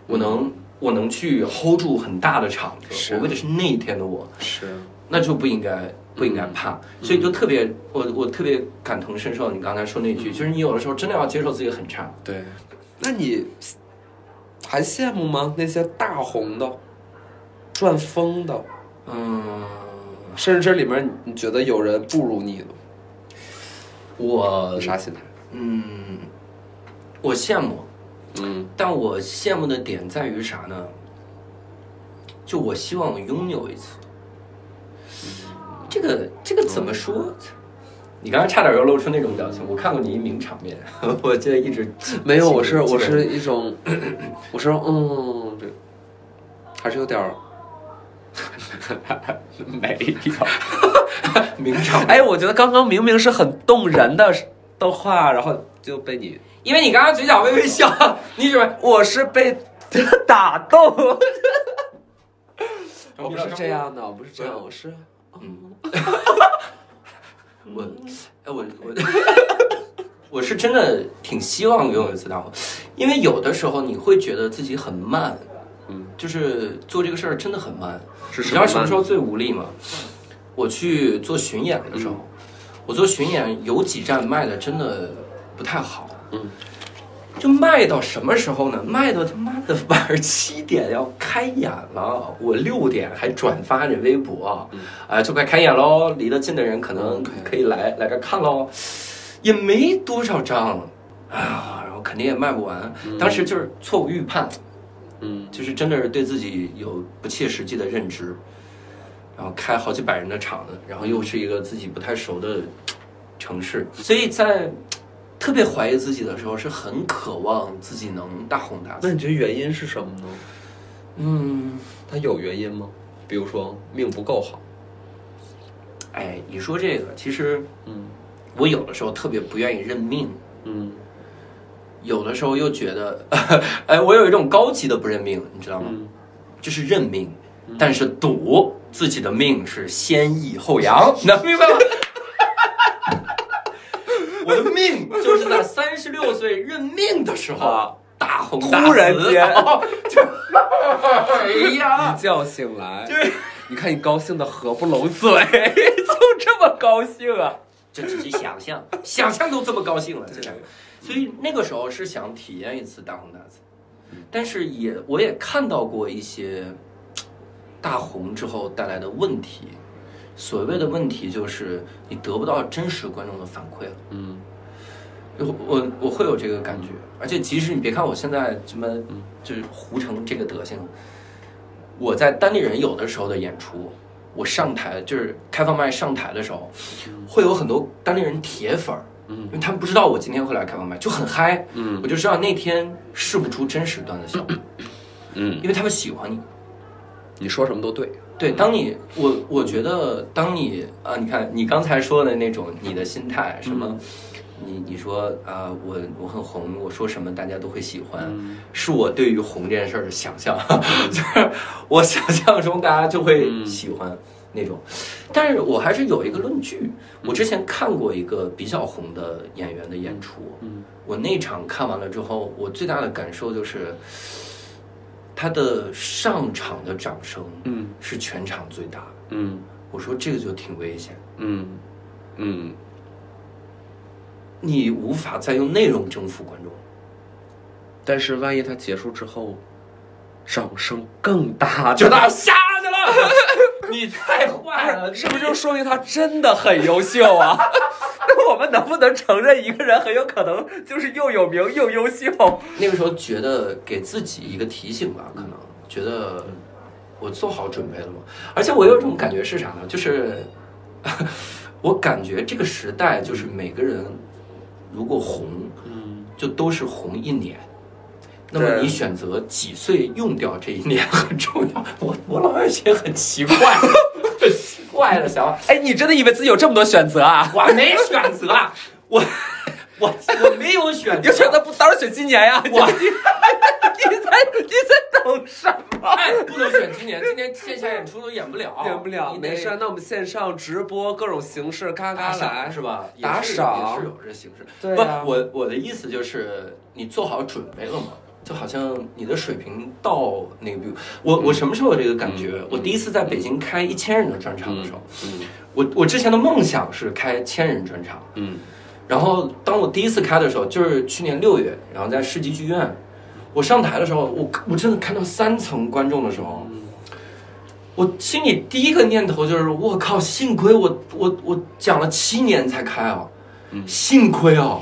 Speaker 4: 我能我能去 hold 住很大的场子，
Speaker 7: 嗯是
Speaker 4: 我为的是那一天的我。
Speaker 7: 是，
Speaker 4: 那就不应该不应该怕，
Speaker 7: 嗯
Speaker 4: 所以就特别我我特别感同身受。你刚才说那
Speaker 7: 嗯
Speaker 4: 句，就是你有的时候真的要接受自己很差。
Speaker 7: 对。那你还羡慕吗？那些大红的、赚疯的，
Speaker 4: 嗯，
Speaker 7: 甚至这里面你觉得有人不如你的，
Speaker 4: 我
Speaker 7: 啥心态？
Speaker 4: 嗯，我羡慕，
Speaker 7: 嗯
Speaker 4: 但我羡慕的点在于啥呢？就我希望我拥有一次。
Speaker 7: 嗯
Speaker 4: 这个这个怎么说？你刚才差点要露出那种表情，我看过你一名场面， 我记得一直
Speaker 7: 没有，我是
Speaker 4: 基
Speaker 7: 我
Speaker 4: 本
Speaker 7: 是一种，我是嗯，这还是有点儿 没有。
Speaker 4: 名场面。
Speaker 7: 哎，我觉得刚刚明明是很动人的的话，然后就被你，
Speaker 4: 因为你刚刚嘴角微微笑，你以为
Speaker 7: 我是被打 动。我
Speaker 4: 我
Speaker 7: 不
Speaker 4: 不
Speaker 7: 是
Speaker 4: 是
Speaker 7: 这
Speaker 4: 这
Speaker 7: 样
Speaker 4: 样
Speaker 7: 的，我不是这
Speaker 4: 这样
Speaker 7: 样，我是
Speaker 4: 我，哎，我我 我是真的挺希望拥有一次大火，因为有的时候你会觉得自己很慢，
Speaker 7: 嗯，
Speaker 4: 就是做这个事儿真的很慢。
Speaker 7: 是
Speaker 4: 你
Speaker 7: 什
Speaker 4: 知道
Speaker 7: 么
Speaker 4: 什么
Speaker 7: 慢
Speaker 4: 时候最无力吗？我去做巡演的时
Speaker 7: 嗯
Speaker 4: 候，我做巡演有几站卖的真的不太好，
Speaker 7: 嗯，
Speaker 4: 就卖到什么时候呢？卖到他妈的晚上七点要开演了，我六点还转发人微博，啊，就快开演喽，离得近的人可能
Speaker 7: OK
Speaker 4: 可以来来这儿看喽，也没多少张，啊，然后肯定也卖不完，当时就是错误预判，
Speaker 7: 嗯，
Speaker 4: 就是真的是对自己有不切实际的认知，然后开好几百人的场子，然后又是一个自己不太熟的城市，所以在特别怀疑自己的时候，是很渴望自己能大红大
Speaker 7: 那
Speaker 4: 紫。
Speaker 7: 你觉得原因是什么呢？
Speaker 4: 嗯，
Speaker 7: 它有原因吗？比如说命不够好，
Speaker 4: 哎，你说这个，其实
Speaker 7: 嗯
Speaker 4: 我有的时候特别不愿意认命，
Speaker 7: 嗯
Speaker 4: 有的时候又觉得， 哎，我有一种高级的不认命，你知道吗？
Speaker 7: 嗯，
Speaker 4: 就是认命，但是赌自己的命是先抑后 扬，能明白吗？我的命就是在三十六岁认命的时
Speaker 7: 啊
Speaker 4: 候大红大紫，
Speaker 7: 突然间
Speaker 4: 就， 哎呀，
Speaker 7: 一觉醒来，你看你高兴的合不拢嘴， 就这么高兴啊？
Speaker 4: 这只是想象，想象都这么高兴了，这两个。所以那个时候是想体验一次大红大紫，但是也我也看到过一些嘖大红之后带来的问题。所谓的问题就是你得不到真实观众的反馈了。
Speaker 7: 嗯
Speaker 4: 我我我会有这个感觉，而且即使你别看我现在什么
Speaker 7: 嗯
Speaker 4: 就是糊成这个德行，我在单立人有的时候的演出，我上台就是开放麦上台的时候，
Speaker 7: 嗯
Speaker 4: 会有很多单立人铁粉儿，因为他们不知道我今天会来开放麦，就很嗨，
Speaker 7: 嗯
Speaker 4: 我就知道那天试不出真实段子效果，
Speaker 7: 嗯，
Speaker 4: 因为他们喜欢你。
Speaker 7: 你说什么都对，
Speaker 4: 对，当你我我觉得，当你啊，你看你刚才说的那种你的心态，什么，你你说啊，我我很红，我说什么大家都会喜欢，是我对于红这件事儿的想象， 就是我想象中大家就会喜欢那种。但是我还是有一个论据，我之前看过一个比较红的演员的演出，我那场看完了之后，我最大的感受就是。他的上场的掌声，
Speaker 7: 嗯
Speaker 4: 是全场最大的。
Speaker 7: 嗯
Speaker 4: 我说这个就挺危险，
Speaker 7: 嗯嗯
Speaker 4: 你无法再用内容征服观众。
Speaker 7: 但是万一它结束之后，掌声更大，
Speaker 4: 就大家下去了，你太坏了，
Speaker 7: 是不是就说明他真的很优秀啊？ 那我们能不能承认一个人很有可能就是又有名又优秀？
Speaker 4: 那个时候觉得给自己一个提醒吧，可能觉得我做好准备了吗？而且我有一种感觉是啥呢？就是 我感觉这个时代就是每个人如果红，
Speaker 7: 嗯，
Speaker 4: 就都是红一年。那么
Speaker 7: 对
Speaker 4: 你选择几岁用掉这一年很重要。我我老有一些很奇 怪、很奇怪的想法，
Speaker 7: 哎，你真的以为自己有这么多选择啊？
Speaker 4: 我没选择，我我我没有选择，
Speaker 7: 有选择不当然选今年呀、
Speaker 4: 我
Speaker 7: 你 你在你在等什么？
Speaker 4: 哎，不能选今年，今年线下演出都演不了，
Speaker 7: 演不了，
Speaker 4: 你得
Speaker 7: 哦没事。那我们线上直播各种形式，嘎嘎
Speaker 4: 打赏
Speaker 7: 来
Speaker 4: 是？吧？也是
Speaker 7: 打赏
Speaker 4: 也是有这形式。
Speaker 7: 对啊
Speaker 4: 不，我我的意思就是，你做好准备了吗？就好像你的水平到那个地步，我
Speaker 7: 嗯
Speaker 4: 我什么时候有这个感觉？我第一次在北京开一千人的专场的时候，
Speaker 7: 嗯
Speaker 4: 我我之前的梦想是开千人专场，
Speaker 7: 嗯
Speaker 4: 然后当我第一次开的时候，就是去年六月，然后在市级剧院，我上台的时候，我我真的看到三层观众的时候，我心里第一个念头就是我靠，幸亏我我我讲了七年才开啊，幸亏啊，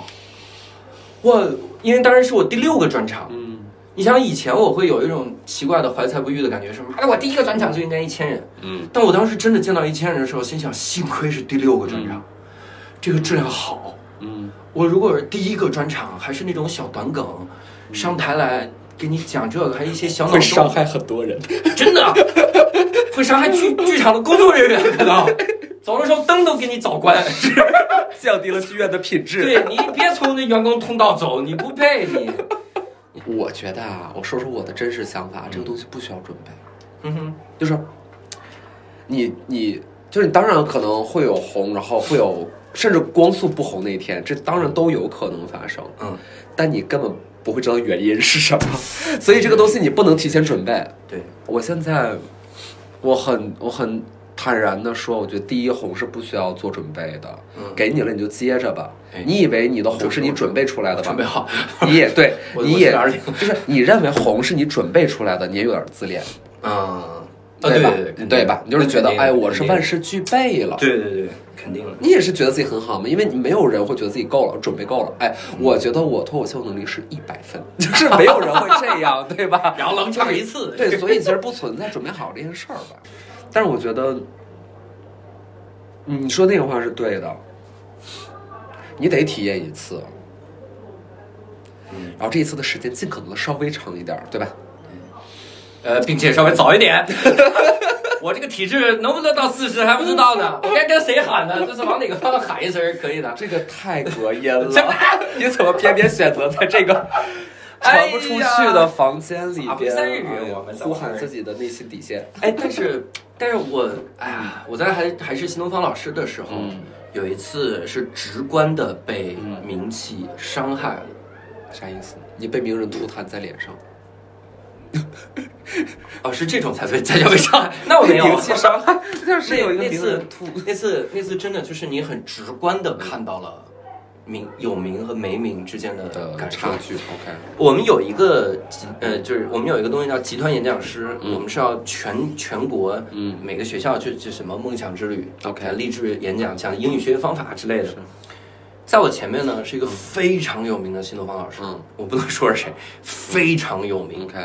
Speaker 4: 我因为当时是我第六个专场，
Speaker 7: 嗯
Speaker 4: 你想以前我会有一种奇怪的怀才不遇的感觉，是妈的，我第一个专场就应该一千人。
Speaker 7: 嗯
Speaker 4: 但我当时真的见到一千人的时候，心想幸亏是第六个专场，这个质量好。
Speaker 7: 嗯
Speaker 4: 我如果是第一个专场还是那种小短梗，上台来给你讲这个，还有一些小脑
Speaker 7: 会伤
Speaker 4: 洞，
Speaker 7: 害很多人。
Speaker 4: 真的啊 会伤害剧剧场的工作人员，可能啊走的时候灯都给你早关。
Speaker 7: 降低了剧院的品质。
Speaker 4: 对你别从那员工通道走，你不 配你。
Speaker 7: 我觉得啊，我说说我的真实想法，这个东西不需要准备，
Speaker 4: 嗯哼，
Speaker 7: 就是你你就是你当然可能会有红，然后会有甚至光速不红那一天，这当然都有可能发生，
Speaker 4: 嗯，
Speaker 7: 但你根本不会知道原因是什么，所以这个东西你不能提前准备。
Speaker 4: 对，
Speaker 7: 我现在我很我很坦然的说，我觉得第一红是不需要做准备的，
Speaker 4: 嗯
Speaker 7: 给你了你就接着吧。
Speaker 4: 哎
Speaker 7: 你以为你的红是你准备出来的吧？
Speaker 4: 准备好，，
Speaker 7: 你也对
Speaker 4: 我
Speaker 7: 你也
Speaker 4: 我是
Speaker 7: 就是你认为红是你准备出来的，你也有点自恋，
Speaker 4: 啊，
Speaker 7: 对吧
Speaker 4: 对？对
Speaker 7: 对吧？你就是觉得，哎，我是万，事俱备了
Speaker 4: 肯。定的对对对，肯定的，
Speaker 7: 你也是觉得自己很好嘛，因为你没有人会觉得自己够了，准备够了。哎，
Speaker 4: 嗯
Speaker 7: 我觉得我脱口秀能力是一百分，就是没有人会这样，对吧？
Speaker 4: 然后冷场一次，
Speaker 7: 对，所以其实不存在准备好这件事儿吧。但是我觉得，嗯你说那个话是对的，你得体验一次，
Speaker 4: 嗯
Speaker 7: 然后这一次的时间尽可能的稍微长一点儿，对吧？
Speaker 4: 呃，并且稍微早一点。 我这个体质能不能到四十还不知道 呢，我该跟谁喊呢？就是往哪个方向喊一声儿可以的。
Speaker 7: 这个太隔音了， 你怎么偏偏选择在这个传不出去的房间里
Speaker 4: 哎呀
Speaker 7: 边，
Speaker 4: 哎啊不至于
Speaker 7: 哎呀
Speaker 4: 我们在
Speaker 7: 呼
Speaker 4: 玩
Speaker 7: 喊
Speaker 4: 儿
Speaker 7: 自己的内心底线？
Speaker 4: 哎，但是但是我哎呀，我在还还是新东方老师的时候，有一次是直观的被名气伤害了。
Speaker 7: 啥意思？你被名人吐痰在脸上，
Speaker 4: 哦，是这种才被才叫被伤害，那我没有
Speaker 7: 名气伤害， 就是有一个
Speaker 4: 那
Speaker 7: 名
Speaker 4: 次
Speaker 7: 人吐。
Speaker 4: 那次那次真的就是你很直观的看到了名有名和没名之间的
Speaker 7: 的
Speaker 4: 感受
Speaker 7: 差。距，OK，
Speaker 4: 我们有一个集呃，就是我们有一个东西叫集团演讲师，
Speaker 7: 嗯
Speaker 4: 我们是要全全国
Speaker 7: 嗯
Speaker 4: 每个学校去去什么梦想之旅
Speaker 7: OK
Speaker 4: 呃励志演讲，讲英语学习方法之类的。在我前面呢是一个非常有名的新东方老师，
Speaker 7: 嗯
Speaker 4: 我不能说是谁，非常有名。
Speaker 7: ，OK，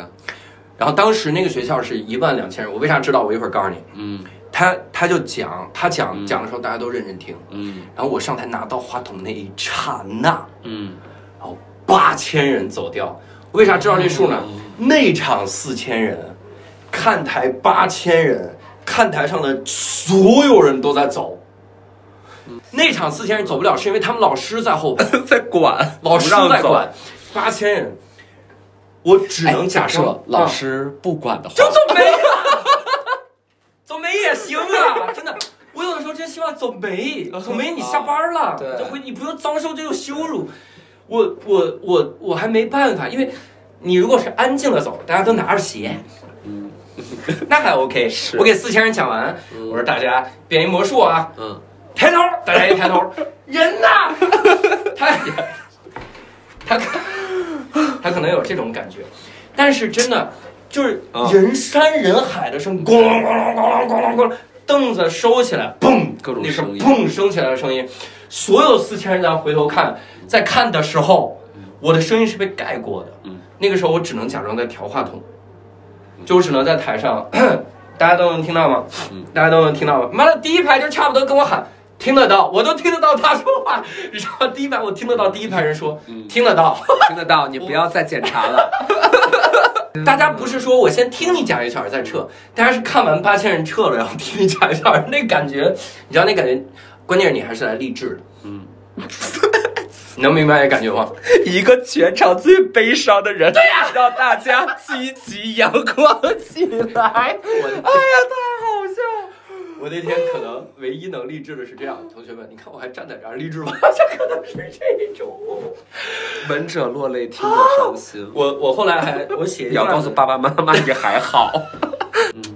Speaker 4: 然后当时那个学校是一万两千人，我为啥知道？我一会儿告诉你。
Speaker 7: 嗯
Speaker 4: 他他就讲，他讲、讲的时候大家都认真听，
Speaker 7: 嗯
Speaker 4: 然后我上台拿到话筒那一刹那，
Speaker 7: 嗯，
Speaker 4: 然后八千人走掉。为啥知道这数呢？
Speaker 7: 嗯
Speaker 4: 那场四千人，看台八千人，看台上的所有人都在走。
Speaker 7: 嗯
Speaker 4: 那场四千人走不了，是因为他们老师 在后排，
Speaker 7: 在管
Speaker 4: 老师在管，八千人，我只能假设
Speaker 7: 哎老
Speaker 4: 师。
Speaker 7: 师不管的话，
Speaker 4: 就走没啊，走没也行啊， 真的。我有的时候真希望走没，走没你下班了，
Speaker 7: 对
Speaker 4: 就回你不用遭受这种羞辱。我我我我还没办法，因为你如果是安静的走，大家都拿着鞋。那还 OK，我给四千人讲完，我说大家变一魔术啊，
Speaker 7: 嗯，
Speaker 4: 抬头，大家一抬头，人呢？他他他可能有这种感觉，但是真的就是
Speaker 7: 啊
Speaker 4: 人山人海的声，咣啷咣啷咣啷咣啷咣啷，凳子收起来，砰，
Speaker 7: 各种
Speaker 4: 那
Speaker 7: 声
Speaker 4: 声
Speaker 7: 音
Speaker 4: 砰升起来的声音，所有四千人在回头看，在看的时候，我的声音是被盖过的，
Speaker 7: 嗯
Speaker 4: 那个时候我只能假装在调话筒，就我只能在台上， 大家都能听到吗？
Speaker 7: 嗯
Speaker 4: 大家都能听到吗？妈的，第一排就差不多跟我喊。听得到，我都听得到他说话。然后第一排我听得到第一排人说，
Speaker 7: 嗯
Speaker 4: 听得到，
Speaker 7: 听得到，你不要再检查了。
Speaker 4: 大家不是说我先听你讲一小时再撤，大家是看完八千人撤了，然后听你讲一小时，那感觉，你知道那感觉，关键是你还是来励志的，嗯，你能明白这感觉吗？
Speaker 7: 一个全场最悲伤的人，对呀、让大家积极阳光起来。
Speaker 4: 我的
Speaker 7: 哎呀，太好笑了！
Speaker 4: 我那天可能唯一能励志的是这样，同学们，你看我还站在这儿励志吗？ 这可能是这种。
Speaker 7: 闻者落泪，听者伤心。
Speaker 4: 我我后来还我写
Speaker 7: 你要告诉爸爸妈妈你还好。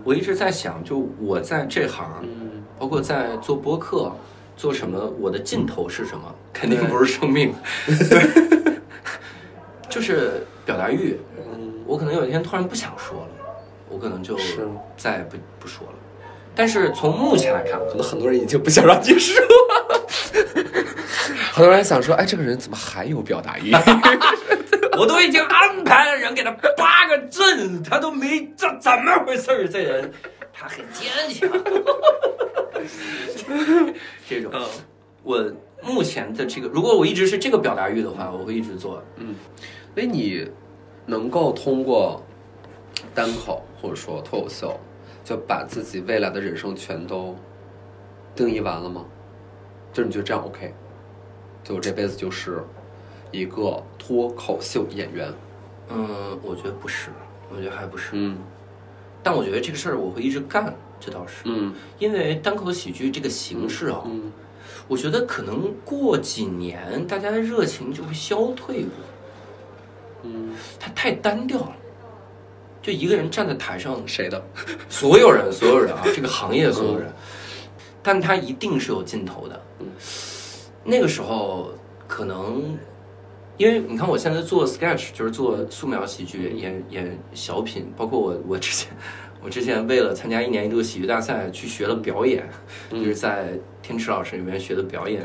Speaker 4: 我一直在想，就我在这行，包括在做播客，做什么，我的尽头是什么？肯定不是生命， 就是表达欲。我可能有一天突然不想说了，我可能就是再也不不说了。但是从目前来看，
Speaker 7: 可能很多人已经不想让你 说。很多人想说，哎，这个人怎么还有表达欲？
Speaker 4: 我都已经安排了人给他八个阵，他都没这怎么回事儿？这人他很坚强， 这
Speaker 7: 嗯
Speaker 4: 种。我目前的这个，如果我一直是这个表达欲的话，我会一直 做。
Speaker 7: 所以你能够通过单口或者说脱口秀，就把自己未来的人生全都定义完了吗？就是你觉得这样 OK？就我这辈子就是一个脱口秀演员。
Speaker 4: 嗯，我觉得不是，我觉得还不是。
Speaker 7: 嗯
Speaker 4: 但我觉得这个事儿我会一直干，这倒是。
Speaker 7: 嗯
Speaker 4: 因为单口喜剧这个形式啊，
Speaker 7: 嗯
Speaker 4: 我觉得可能过几年大家的热情就会消退过，
Speaker 7: 嗯
Speaker 4: 它太单调了。就一个人站在台上，
Speaker 7: 谁的？
Speaker 4: 所有人，所有人啊，这个行业所有人，但他一定是有尽头的。那个时候可能，因为你看我现在做 sketch，就是做素描喜剧，演演小品，包括我我之前。 我之前为了参加一年一度喜剧大赛，去学了表演，
Speaker 7: 嗯
Speaker 4: 就是在天池老师里面学的表演。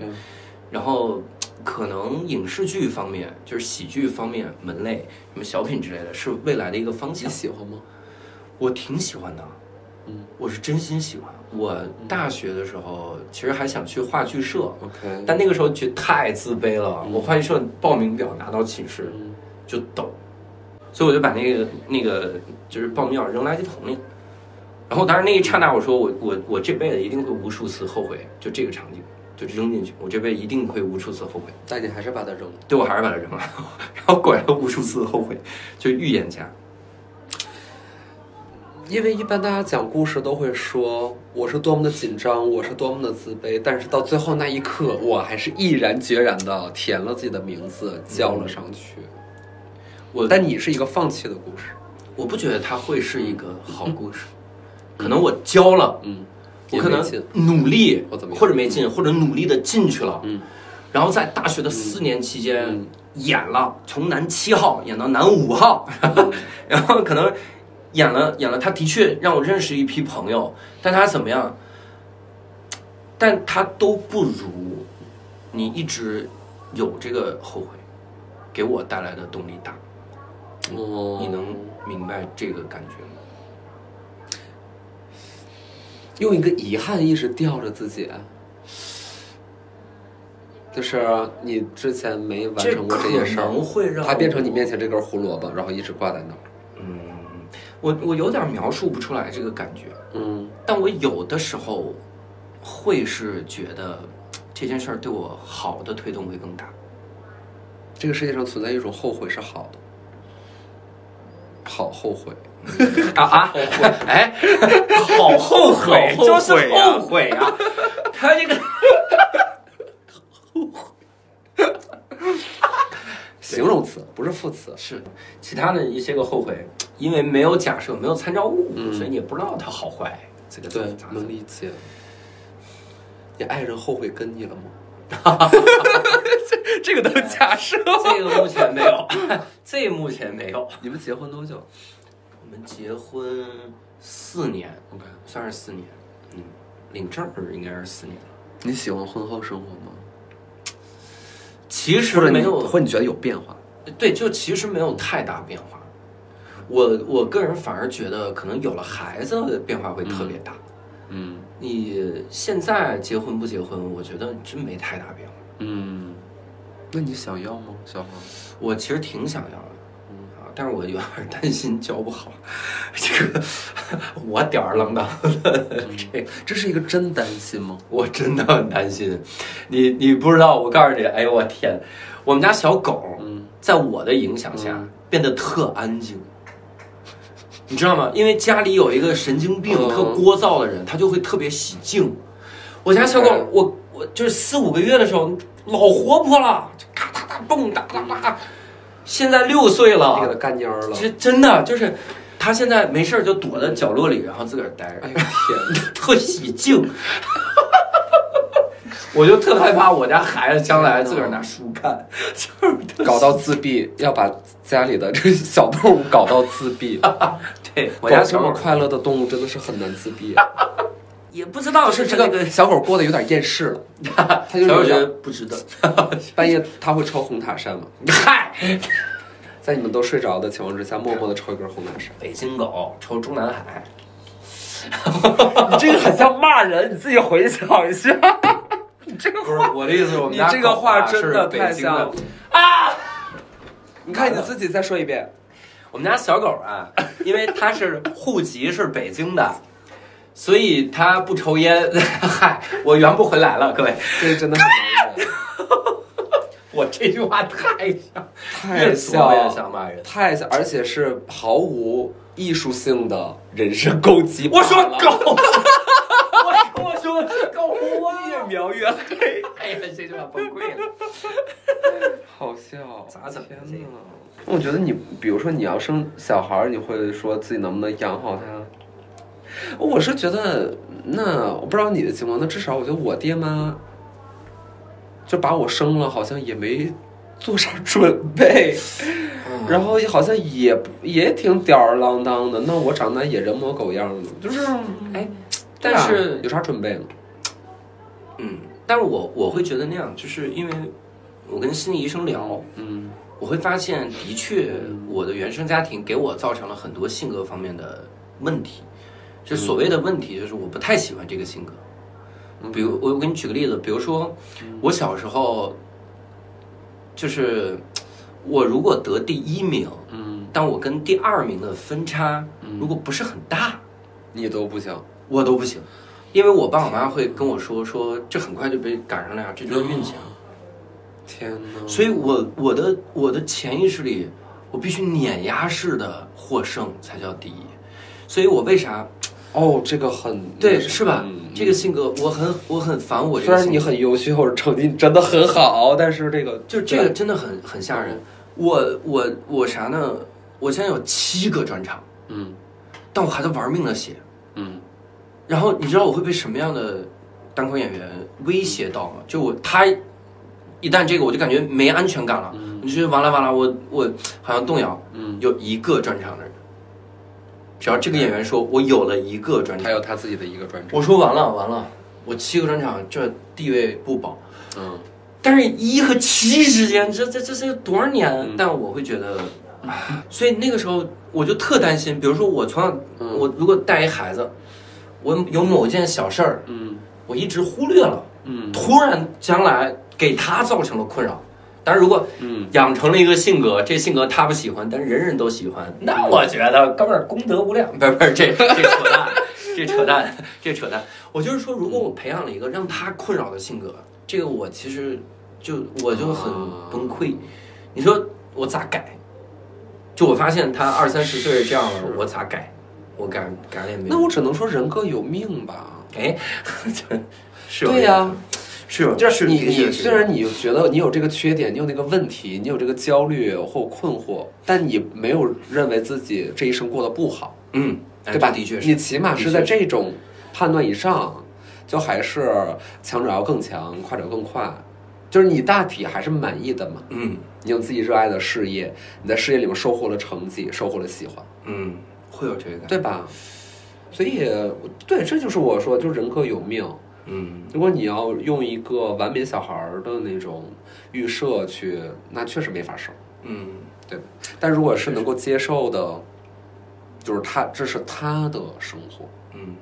Speaker 4: 然后可能影视剧方面，就是喜剧方面门类，什么小品之类的，是未来的一个方
Speaker 7: 你
Speaker 4: 向。
Speaker 7: 喜欢吗？
Speaker 4: 我挺喜欢的，
Speaker 7: 嗯，
Speaker 4: 我是真心喜欢。我大学的时候其实还想去话剧社，
Speaker 7: OK，
Speaker 4: 但那个时候觉得太自卑了。我话剧社报名表拿到寝室
Speaker 7: 嗯
Speaker 4: 就抖，所以我就把那个那个就是报名表扔垃圾桶里。然后当时那一刹那，我说我我我这辈子一定会无数次后悔，就这个场景就扔进去，我这辈子一定会无数次后悔。
Speaker 7: 但你还是把它扔了。
Speaker 4: 对我还是把它扔了， 然后果然无数次后悔，就预言家。
Speaker 7: 因为一般大家讲故事都会说我是多么的紧张，我是多么的自卑，但是到最后那一刻，我还是毅然决然的填了自己的名字，交了上去。
Speaker 4: 嗯我
Speaker 7: 但你是一个放弃的故事，
Speaker 4: 我不觉得它会是一个好故事，可能我教了，
Speaker 7: 嗯，
Speaker 4: 我可能
Speaker 7: 也没劲
Speaker 4: 努力，
Speaker 7: 我怎么样
Speaker 4: 或者没进，或者努力的进去了，
Speaker 7: 嗯，
Speaker 4: 然后在大学的四年期间
Speaker 7: 嗯
Speaker 4: 演了，从男七号演到男五 号，然后可能演了演了，他的确让我认识一批朋友，但他怎么样？但他都不如你一直有这个后悔给我带来的动力大。
Speaker 7: 哦
Speaker 4: 你能明白这个感觉吗？
Speaker 7: 用一个遗憾一直吊着自己，啊就是你之前没完成过这件事
Speaker 4: 可
Speaker 7: 儿，
Speaker 4: 能会让
Speaker 7: 它变成
Speaker 4: 我
Speaker 7: 你面前这根胡萝卜，然后一直挂在那儿。
Speaker 4: 嗯，我我有点描述不出来这个感觉，
Speaker 7: 嗯
Speaker 4: 但我有的时候会是觉得这件事儿对我好的推动会更大。
Speaker 7: 这个世界上存在一种后悔是好的，好后悔。
Speaker 4: 啊啊！ 哎，好后悔，
Speaker 7: 好后悔
Speaker 4: 就是
Speaker 7: 啊
Speaker 4: 后悔啊！他这个
Speaker 7: 形容词不是副词。
Speaker 4: 是其他的一些个后悔，因为没有假设，没有参照物，所以你也不知道它好坏。这个
Speaker 7: 对
Speaker 4: 咋，
Speaker 7: 能理解。你爱人后悔跟你了吗？这这个都假设。
Speaker 4: 这个目前没有， 这目前没有。
Speaker 7: 你们结婚多久
Speaker 4: 我们结婚四年，
Speaker 7: ？OK。
Speaker 4: 算是四年，嗯，领证儿应该是四年了。
Speaker 7: 你喜欢婚后生活吗？
Speaker 4: 其实
Speaker 7: 或者你
Speaker 4: 没有，
Speaker 7: 或者你觉得有变化？
Speaker 4: 对，就其实没有太大变化。我我个人反而觉得，可能有了孩子的变化会特别大。
Speaker 7: 嗯
Speaker 4: 你现在结婚不结婚，我觉得真没太大变化。
Speaker 7: 嗯。那你想要吗，小黄？
Speaker 4: 我其实挺想要的，啊，但是我有点儿担心教不好，这个 我吊儿郎当的这个。
Speaker 7: 这是一个真担心吗？
Speaker 4: 我真的很担心，你你不知道，我告诉你，哎呦我天，我们家小狗，
Speaker 7: 嗯
Speaker 4: 在我的影响下、
Speaker 7: 嗯
Speaker 4: 变得特安静，你知道吗？因为家里有一个神经病、
Speaker 7: 嗯
Speaker 4: 特聒噪的人，他就会特别喜静。我家小狗，
Speaker 7: 嗯
Speaker 4: 我我就是四五个月的时候老活泼了，就咔哒哒蹦哒哒哒，现在六岁了，
Speaker 7: 你给他干蔫儿了。
Speaker 4: 这真的就是，他现在没事儿就躲在角落里，然后自个儿待着。
Speaker 7: 哎呦天！
Speaker 4: 特喜静。我就特害怕我家孩子将来自个儿拿书 看，就是特
Speaker 7: 搞到自闭，要把家里的这小动物搞到自闭。
Speaker 4: 对我
Speaker 7: 我
Speaker 4: 家
Speaker 7: 家这
Speaker 4: 小
Speaker 7: 么
Speaker 4: 狗
Speaker 7: 快乐的动物真的是很难自闭。
Speaker 4: 也不知道
Speaker 7: 就是是这
Speaker 4: 这个
Speaker 7: 个小狗过得有点厌世了， 它就
Speaker 4: 小狗
Speaker 7: 是
Speaker 4: 觉
Speaker 7: 有
Speaker 4: 得
Speaker 7: 点
Speaker 4: 不值得。
Speaker 7: 半夜它会抽红塔山嘛，
Speaker 4: 嗨，。
Speaker 7: 在你们都睡着的情况之下，默默的抽一根红塔山
Speaker 4: 北京狗抽中 南海，
Speaker 7: 你这个很像骂人，你自己回想一下。你这个
Speaker 4: 不是我的意思，我们
Speaker 7: 你
Speaker 4: 家
Speaker 7: 这个
Speaker 4: 狗啊
Speaker 7: 话真
Speaker 4: 是
Speaker 7: 的
Speaker 4: 北
Speaker 7: 太
Speaker 4: 京
Speaker 7: 像
Speaker 4: 的啊
Speaker 7: 了。你看你自己再说一 遍，
Speaker 4: 我们家小狗啊，因为它是户籍是北京的，所以它不抽烟。嗨，我圆不回来了，各位，
Speaker 7: 这个真的很难忍，
Speaker 4: 我这句话太像，
Speaker 7: 太
Speaker 4: 像，越
Speaker 7: 像，
Speaker 4: 想骂人。
Speaker 7: 太像，而且是毫无艺术性的人身攻击。
Speaker 4: 我说狗，我我说狗啊，描 越黑。
Speaker 7: 哎呀，这句话崩溃了，好笑，
Speaker 4: 咋整啊
Speaker 7: 天
Speaker 4: 这
Speaker 7: 哪
Speaker 4: 个！
Speaker 7: 我觉得你，比如说你要生小孩儿，你会说自己能不能养好他？我是觉得，那我不知道你的情况，那至少我觉得我爹妈就把我生了，好像也没做啥准备，然后也好像也不也挺吊儿郎当的。那我长大也人模狗样的，就是
Speaker 4: 哎，
Speaker 7: 对
Speaker 4: 但
Speaker 7: 啊
Speaker 4: 是
Speaker 7: 有啥准备吗？
Speaker 4: 嗯，但是我我会觉得那样，就是因为我跟心理医生聊，
Speaker 7: 嗯
Speaker 4: 我会发现，的确，我的原生家庭给我造成了很多性格方面的问题。就所谓的问题，就是我不太喜欢这个性格。
Speaker 7: 嗯
Speaker 4: 比如，我我给你举个例子，比如说，我小时候，就是我如果得第一名，
Speaker 7: 嗯，
Speaker 4: 但我跟第二名的分差
Speaker 7: 嗯
Speaker 4: 如果不是很大，
Speaker 7: 你都不行，
Speaker 4: 我都不行，因为我爸我妈会跟我说说，这很快就被赶上了呀，这就是运气啊。
Speaker 7: 天哪！
Speaker 4: 所以我我的我的潜意识里，我必须碾压式的获胜才叫第一。所以我为啥
Speaker 7: 哦，这个很
Speaker 4: 对
Speaker 7: 那什么
Speaker 4: 是吧
Speaker 7: 嗯？
Speaker 4: 这个性格我很我很烦我这
Speaker 7: 虽
Speaker 4: 个
Speaker 7: 然
Speaker 4: 性
Speaker 7: 你
Speaker 4: 格，
Speaker 7: 很优秀， 成绩真的很好，但是这个
Speaker 4: 就这个真的很很吓人。我我我啥呢？我现在有七个专场，
Speaker 7: 嗯
Speaker 4: 但我还在玩命的写。
Speaker 7: 嗯
Speaker 4: 然后你知道我会被什么样的单口演员威胁到吗？就我他一旦这个，我就感觉没安全感了，我就觉得完了完了，我我好像动摇。
Speaker 7: 嗯，
Speaker 4: 有一个专场的人，只要这个演员说我有了一个专
Speaker 7: 他
Speaker 4: 场，
Speaker 7: 有他自己的一个专场，
Speaker 4: 我说完了完了，我七个专场这地位不保。
Speaker 7: 嗯，
Speaker 4: 但是一和七之间，这这这这多少年？但我会觉得，啊所以那个时候我就特担心。比如说我从小，
Speaker 7: 嗯
Speaker 4: 我如果带一孩子，我有某件小事儿，
Speaker 7: 嗯
Speaker 4: 我一直忽略了，
Speaker 7: 嗯
Speaker 4: 突然将来给他造成了困扰。但是如果
Speaker 7: 嗯，
Speaker 4: 养成了一个性格，这性格他不喜欢，但人人都喜欢，那我觉得哥们儿功德无量。嗯不是不是，这这扯淡， 这扯淡，这扯淡。我就是说，如果我培养了一个让他困扰的性格，这个我其实就我就很崩溃。你说我咋改？就我发现他二三十岁这样了，我咋改？我改改了也没
Speaker 7: 那
Speaker 4: 用。
Speaker 7: 我只能说人各有命吧。
Speaker 4: 哎， 是有
Speaker 7: 对呀、
Speaker 4: 是有
Speaker 7: 就是你
Speaker 4: 这个
Speaker 7: 你
Speaker 4: 这个
Speaker 7: 虽然你觉得你有这个缺点，你有那个问题，你有这个焦虑或困惑，但你没有认为自己这一生过得不好，
Speaker 4: 嗯，哎
Speaker 7: 对吧？
Speaker 4: 这的确是
Speaker 7: 你起码是在这种判断以上，就还是强者要更强，快者更快，就是你大体还是满意的嘛。
Speaker 4: 嗯
Speaker 7: 你有自己热爱的事业，你在事业里面收获了成绩，收获了喜欢，
Speaker 4: 嗯会有这个感觉
Speaker 7: 对吧？所以，对，这就是我说，就是人各有命。
Speaker 4: 嗯
Speaker 7: 如果你要用一个完美小孩儿的那种预设去，那确实没法生。
Speaker 4: 嗯。
Speaker 7: 但如果是能够接受的，就是他，这是他的生活。
Speaker 4: 嗯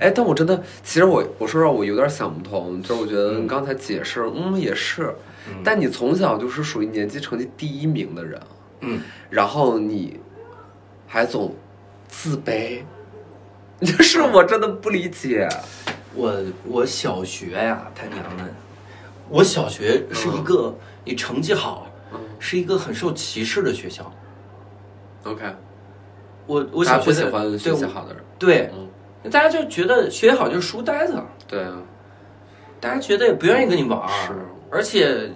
Speaker 7: 哎，但我真的，其实我我说实话，我有点想不通，就是我觉得你刚才解释，嗯，也是，但你从小就是属于年级成绩第一名的人，啊
Speaker 4: 嗯，
Speaker 7: 然后你还总自卑， 就是我真的不理解，
Speaker 4: 我我小学呀、他娘的！我小学是一
Speaker 7: 嗯
Speaker 4: 个、你成绩好，是一个很受歧视的学校。
Speaker 7: OK，
Speaker 4: 我我
Speaker 7: 我
Speaker 4: 小学
Speaker 7: 不喜
Speaker 4: 在
Speaker 7: 欢学
Speaker 4: 对
Speaker 7: 习
Speaker 4: 我
Speaker 7: 好的人，
Speaker 4: 对，
Speaker 7: 嗯，
Speaker 4: 大家就觉得学习好就是书呆子，
Speaker 7: 对啊，
Speaker 4: 大家觉得也不愿意跟你玩儿。
Speaker 7: 是
Speaker 4: 而且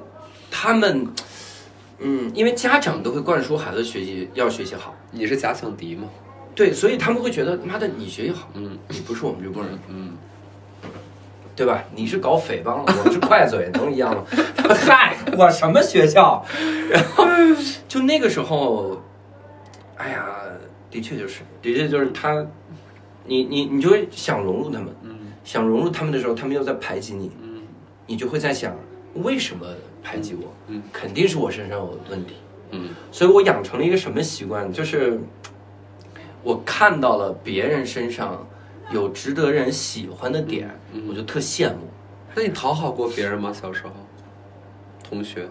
Speaker 4: 他们，嗯，因为家长都会灌输孩子学习要学习好，
Speaker 7: 你是假想敌吗？
Speaker 4: 对，所以他们会觉得妈的你学习好，
Speaker 7: 嗯
Speaker 4: 你不是我们这波人，
Speaker 7: 嗯，
Speaker 4: 对吧？你是搞诽谤了，我 是快嘴，能一样吗？ 嗨，我什么学校？ 然后就那个时候，哎呀，的确就是，的确就是他，你你你就会想融入他们，
Speaker 7: 嗯
Speaker 4: 想融入他们的时候，他们又在排挤你，你就会在想为什么排挤我？
Speaker 7: 嗯
Speaker 4: 肯定是我身上有问题，
Speaker 7: 嗯，
Speaker 4: 所以我养成了一个什么习惯，就是我看到了别人身上有值得人喜欢的点，我就特羡慕。
Speaker 7: 那你讨好过别人吗？小时候，同学，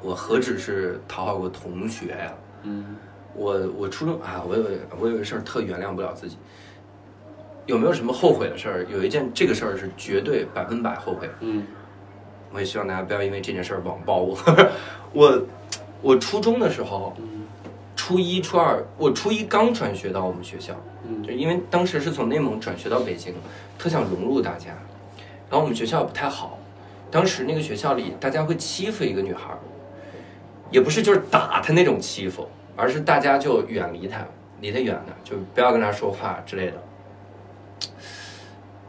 Speaker 4: 我何止是讨好过同学呀、
Speaker 7: 嗯
Speaker 4: 我我初中啊，我有我有个事儿特原谅不了自己，有没有什么后悔的事儿？有一件这个事儿是绝对百分百后悔。
Speaker 7: 嗯
Speaker 4: 我也希望大家不要因为这件事儿网暴我。我我初中的时候，初一初二，我初一刚转学到我们学校，
Speaker 7: 嗯
Speaker 4: 就因为当时是从内蒙转学到北京，特想融入大家。然然后我们学校不太好，当时那个学校里大家会欺负一个女孩儿，也不是就是打她那种欺负，而是大家就远离她，离她远点儿，就不要跟她说话之类的。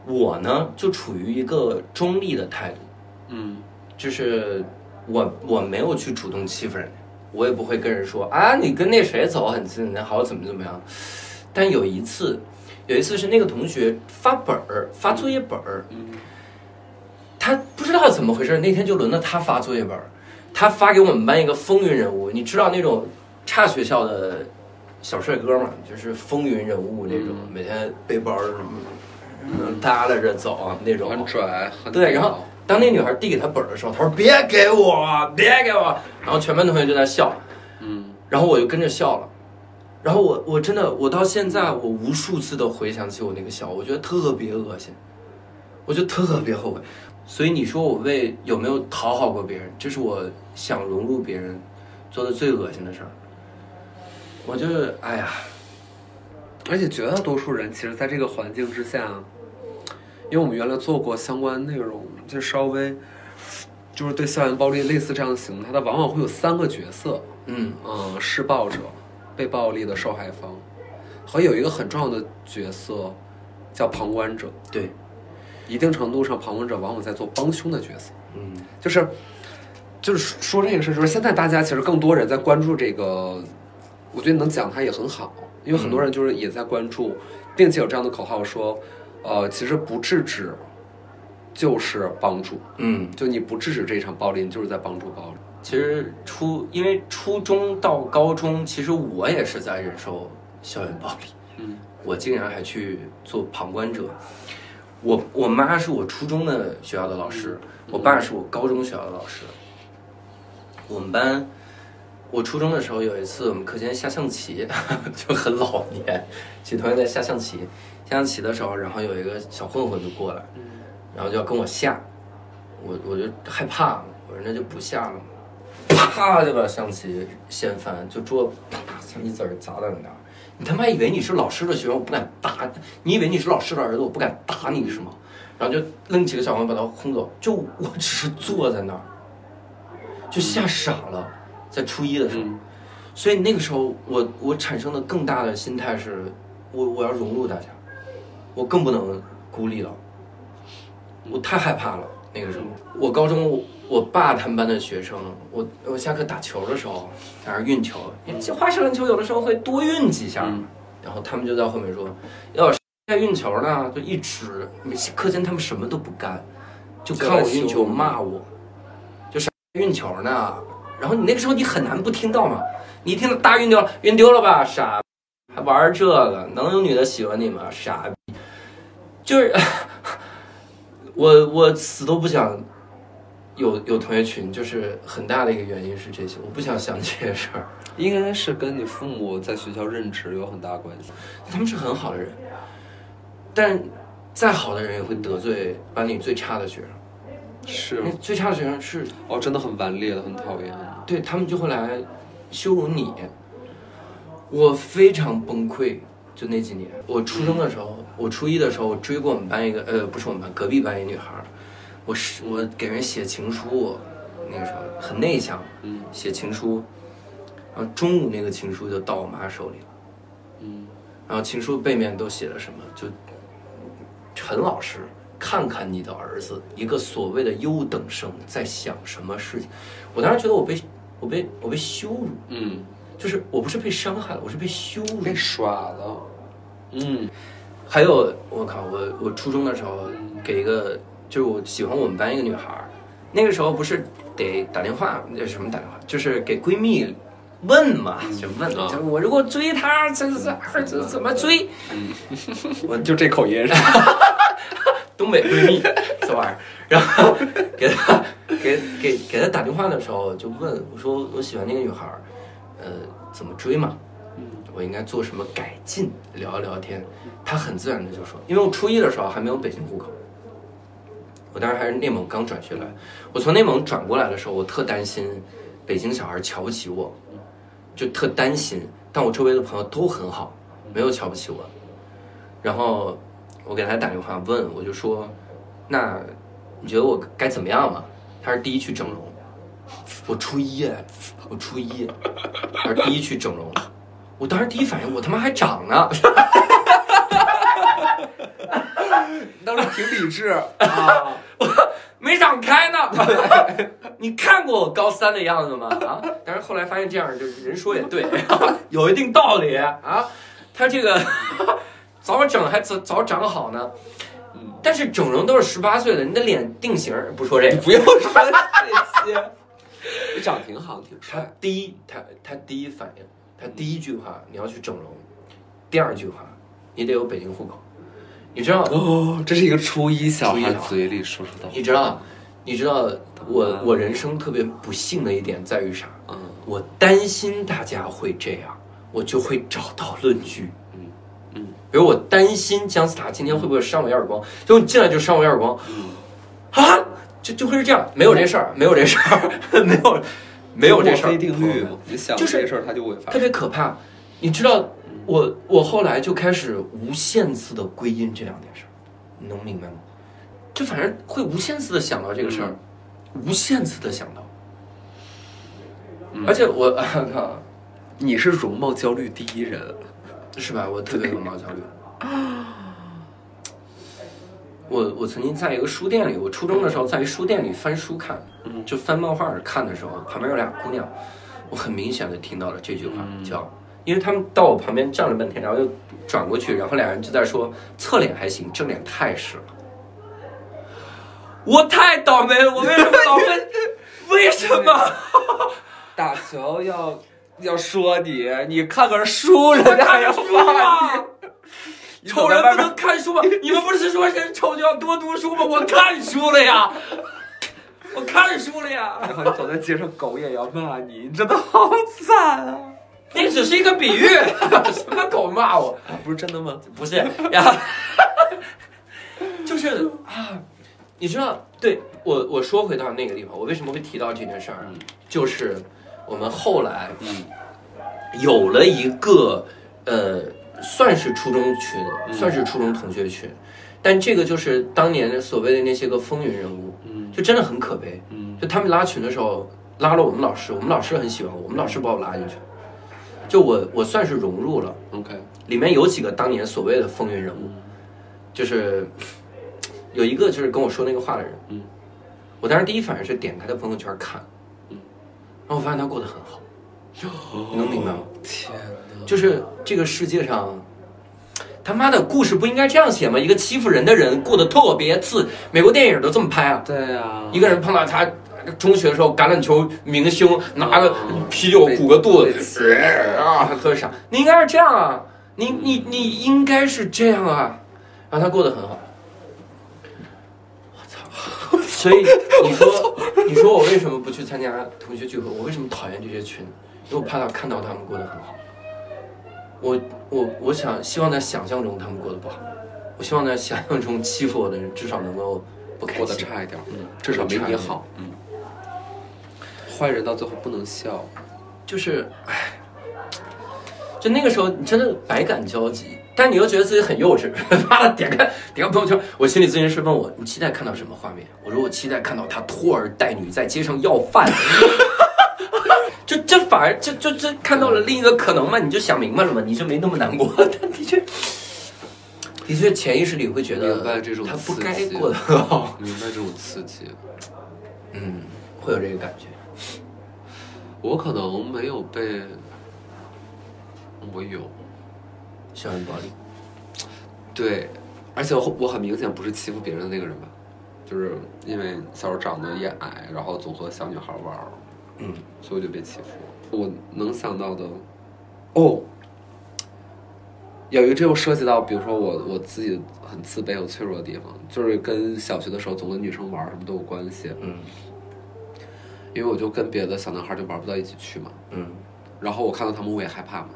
Speaker 4: 我呢，就处于一个中立的态度，
Speaker 7: 嗯，
Speaker 4: 就是我我没有去主动欺负人家，我也不会跟人说啊，你跟那谁走很近，然后怎么怎么样。但有一次，有一次是那个同学发本儿发作业本儿，他不知道怎么回事，那天就轮到他发作业本儿，他发给我们班一个风云人物，你知道那种差学校的小帅哥嘛，就是风云人物那种，每天嗯背包儿嗯耷拉着走啊那种，
Speaker 7: 很拽，很
Speaker 4: 啊对，然后当那女孩递给他本儿的时候，他说：“别给我，别给我。”然后全班同学就在笑，
Speaker 7: 嗯，
Speaker 4: 然后我就跟着笑了。然后我我真的我到现在我无数次的回想起我那个笑，我觉得特别恶心，我就特别后悔。所以你说我为有没有讨好过别人？这是我想融入别人做的最恶心的事儿。我就是哎呀，
Speaker 7: 而且绝大多数人其实在这个环境之下，因为我们原来做过相关内容，就稍微就是对校园暴力类似这样的行为，它的往往会有三个角色，
Speaker 4: 嗯
Speaker 7: 嗯，施暴者、被暴力的受害方，和有一个很重要的角色叫旁观者。
Speaker 4: 对，
Speaker 7: 一定程度上，旁观者往往在做帮凶的角色，
Speaker 4: 嗯
Speaker 7: 就是就是说这个事儿，就是现在大家其实更多人在关注这个，我觉得能讲它也很好，因为很多人就是也在关注，并且有这样的口号说，呃，其实不制止就是帮助，
Speaker 4: 嗯。
Speaker 7: 就你不制止这一场暴力，你就是在帮助暴力。
Speaker 4: 其实初因为初中到高中，其实我也是在忍受校园暴力。
Speaker 7: 嗯，
Speaker 4: 我竟然还去做旁观者。我我妈是我初中的学校的老师，我爸是我高中学校的老师。我们班，我初中的时候有一次我们课间下象棋， 就很老年，几同学在下象棋。下象棋的时候，然后有一个小混混就过来，然后就要跟我下，我我就害怕了，我说那就不下了。啪就把象棋掀翻，就桌子啪象棋子儿砸在那儿。你他妈以为你是老师的学生，我不敢打你；你以为你是老师的儿子，我不敢打你是吗？然后就扔几个小朋友把他轰走。就我只是坐在那儿，就吓傻了，在初一的时候。所以那个时候我，我产生的更大的心态是，我我要融入大家，我更不能孤立了，我太害怕了。那个时候，我高中我我爸他们班的学生，我我下课打球的时候，在那儿运球，这花式篮球有的时候会多运几下，然后他们就在后面说，要是在运球呢，就一直每次课间他们什么都不干，就看我运球骂我，就是运球呢，然后你那个时候你很难不听到嘛，你一听到大运丢了，运丢了吧，傻，还玩这个，能有女的喜欢你吗？傻逼，就是我我死都不想有有同学群，就是很大的一个原因是这些，我不想想这些事儿。
Speaker 7: 应该是跟你父母在学校任职有很大关系。
Speaker 4: 他们是很好的人，但再好的人也会得罪班里最差的学生。
Speaker 7: 是
Speaker 4: 那最差的学生是
Speaker 7: 哦，真的很顽劣的，很讨厌。
Speaker 4: 对啊他们就会来羞辱你。我非常崩溃，就那几年，我初中的时候，我初一的时候，我追过我们班一个，呃，不是我们班，隔壁班一女孩儿，我是我给人写情书，那个时候很内向，
Speaker 7: 嗯
Speaker 4: 写情书，然后中午那个情书就到我妈手里了，
Speaker 7: 嗯，
Speaker 4: 然后情书背面都写了什么，就陈老师。看看你的儿子，一个所谓的优等生在想什么事情。我当时觉得我被我被我被羞辱，
Speaker 7: 嗯，
Speaker 4: 就是我不是被伤害了，我是被羞辱。
Speaker 7: 被耍了。 嗯
Speaker 4: 还有，我靠，我我初中的时候给一个，就是我喜欢我们班一个女孩儿，那个时候不是得打电话，那什么打电话，就是给闺蜜问嘛，就问，
Speaker 7: 啊
Speaker 4: 就是我如果追她，这这这这怎么追？
Speaker 7: 我就这口音是吧。
Speaker 4: 东北闺蜜这玩意儿，然后给她给给给她打电话的时候就问我说我喜欢那个女孩儿，呃，怎么追嘛？我应该做什么改进？聊一聊天，她很自然的就说，因为我初一的时候还没有北京户口，我当时还是内蒙刚转学来，我从内蒙转过来的时候，我特担心北京小孩瞧不起我，就特担心。但我周围的朋友都很好，没有瞧不起我。然后我给他打电话问，我就说，那你觉得我该怎么样嘛？他是第一去整容，我初一哎，我初一，他是第一去整容，我当时第一反应我他妈还长呢，
Speaker 7: 当时挺理 智啊，
Speaker 4: 没长开呢。 你看过我高三的样子吗？啊！但是后来发现这样就是人说也对，有一定道理啊。他这个 早整还早早长好呢。但是整容都是十八岁的，你的脸定型儿不说这个，
Speaker 7: 不用说这些，你长挺好，挺
Speaker 4: 他
Speaker 7: 帅，
Speaker 4: 第一，他他第一反应，他第一句话你要去整容，第二句话你得有北京户口，你知道？
Speaker 7: 哦，这是一个初一小孩嘴里说出的话
Speaker 4: 你，知道？你知道我我人生特别不幸的一点在于啥？
Speaker 7: 嗯
Speaker 4: 我担心大家会这样，我就会找到论据。
Speaker 7: 嗯嗯，
Speaker 4: 比如我担心姜思达今天会不会扇我一耳光，就进来就扇我一耳光，
Speaker 7: 嗯
Speaker 4: 啊，就就会是这样，没有这事儿，没有这事儿， 没有没有这事儿，
Speaker 7: 墨菲定律嘛，你想
Speaker 4: 就是
Speaker 7: 这事儿它就会发
Speaker 4: 特
Speaker 7: 生。
Speaker 4: 别可怕。你知道，我我后来就开始无限次的归因这两件事儿，你能明白吗？就反正会无限次的想到这个事儿，无限次的想到。而且我 靠，
Speaker 7: 你是容貌焦虑第一人，
Speaker 4: 是吧？我特别有毛焦虑。我我曾经在一个书店里，我初中的时候在一书店里翻书看，嗯就翻漫画看的时候，旁边有俩姑娘，我很明显的听到了这句话，叫，因为他们到我旁边站了半天，然后又转过去，然后俩人就在说侧脸还行，正脸太屎了。我太倒霉了，我为什么倒霉？为什么？
Speaker 7: 打球要要说你，你看个书，人家要骂
Speaker 4: 骂
Speaker 7: 你。你
Speaker 4: 丑
Speaker 7: 走
Speaker 4: 啊人
Speaker 7: 在
Speaker 4: 不
Speaker 7: 外面
Speaker 4: 能看书吗？你们不是说人丑就要多读书吗？我看书了呀，我看书了呀，
Speaker 7: 然后你走在街上，狗也要骂你，你真的好惨啊！
Speaker 4: 那只是一个比喻， 什么狗骂我？
Speaker 7: 啊不是真的吗？
Speaker 4: 不是呀，就是啊，你知道，对我我说回到那个地方，我为什么会提到这件事儿啊？
Speaker 7: 嗯
Speaker 4: 就是我们后来有了一个呃，算是初中群，
Speaker 7: 嗯
Speaker 4: 算是初中同学群，但这个就是当年所谓的那些个风云人物，
Speaker 7: 嗯
Speaker 4: 就真的很可悲。就他们拉群的时候拉了我们老师，我们老师很喜欢我，我们老师把我拉进去，就我我算是融入了。
Speaker 7: OK，
Speaker 4: 里面有几个当年所谓的风云人
Speaker 7: 嗯
Speaker 4: 物，就是有一个就是跟我说那个话的人，
Speaker 7: 嗯，
Speaker 4: 我当时第一反应是点开他朋友圈看，
Speaker 7: 嗯，
Speaker 4: 然后我发现他过得很好，你能明白吗？
Speaker 7: 天哪！
Speaker 4: 就是这个世界上，他妈的故事不应该这样写吗？一个欺负人的人过得特别次，美国电影都这么拍啊，
Speaker 7: 对啊，
Speaker 4: 一个人碰到他。中学的时候，橄榄球明星拿个
Speaker 7: 哦
Speaker 4: 啤酒鼓个肚
Speaker 7: 被被
Speaker 4: 子，啊，特别傻。你应该是这样啊，你你你应该是这样啊，然后他过得很好。我操！所以你说，你说我为什么不去参加同学聚会？我为什么讨厌这些群？因为我怕他看到他们过得很好。我我我想希望在想象中他们过得不好，我希望在想象中欺负我的人至少能够不开
Speaker 7: 过得
Speaker 4: 心。
Speaker 7: 差一点，嗯，至少没你好，嗯。坏人到最后不能笑，
Speaker 4: 就是，唉，就那个时候你真的百感交集，但你又觉得自己很幼稚。 妈的，点开点开朋友圈，我心理咨询师问我你期待看到什么画面？我说我期待看到他拖儿带女在街上要饭。 就这反而就就这看到了另一个可能嘛，你就想明白了嘛，你就没那么难过。 但的确，的确潜意识里会觉得
Speaker 7: 明白这种
Speaker 4: 他不
Speaker 7: 刺
Speaker 4: 该
Speaker 7: 激
Speaker 4: 过得很好，
Speaker 7: 明白这种刺激。
Speaker 4: 嗯，会有这个感觉。
Speaker 7: 我可能没有被，我有，
Speaker 4: 校园暴力，
Speaker 7: 对，而且我我很明显不是欺负别人的那个人吧，就是因为小时候长得也矮，然后总和小女孩玩儿，
Speaker 4: 嗯，
Speaker 7: 所以我就被欺负。我能想到的，哦，有一个这又涉及到，比如说我我自己很自卑、有脆弱的地方，就是跟小学的时候总跟女生玩儿什么都有关系，
Speaker 4: 嗯
Speaker 7: 因为我就跟别的小男孩就玩不到一起去嘛，
Speaker 4: 嗯
Speaker 7: 然后我看到他们我也害怕嘛，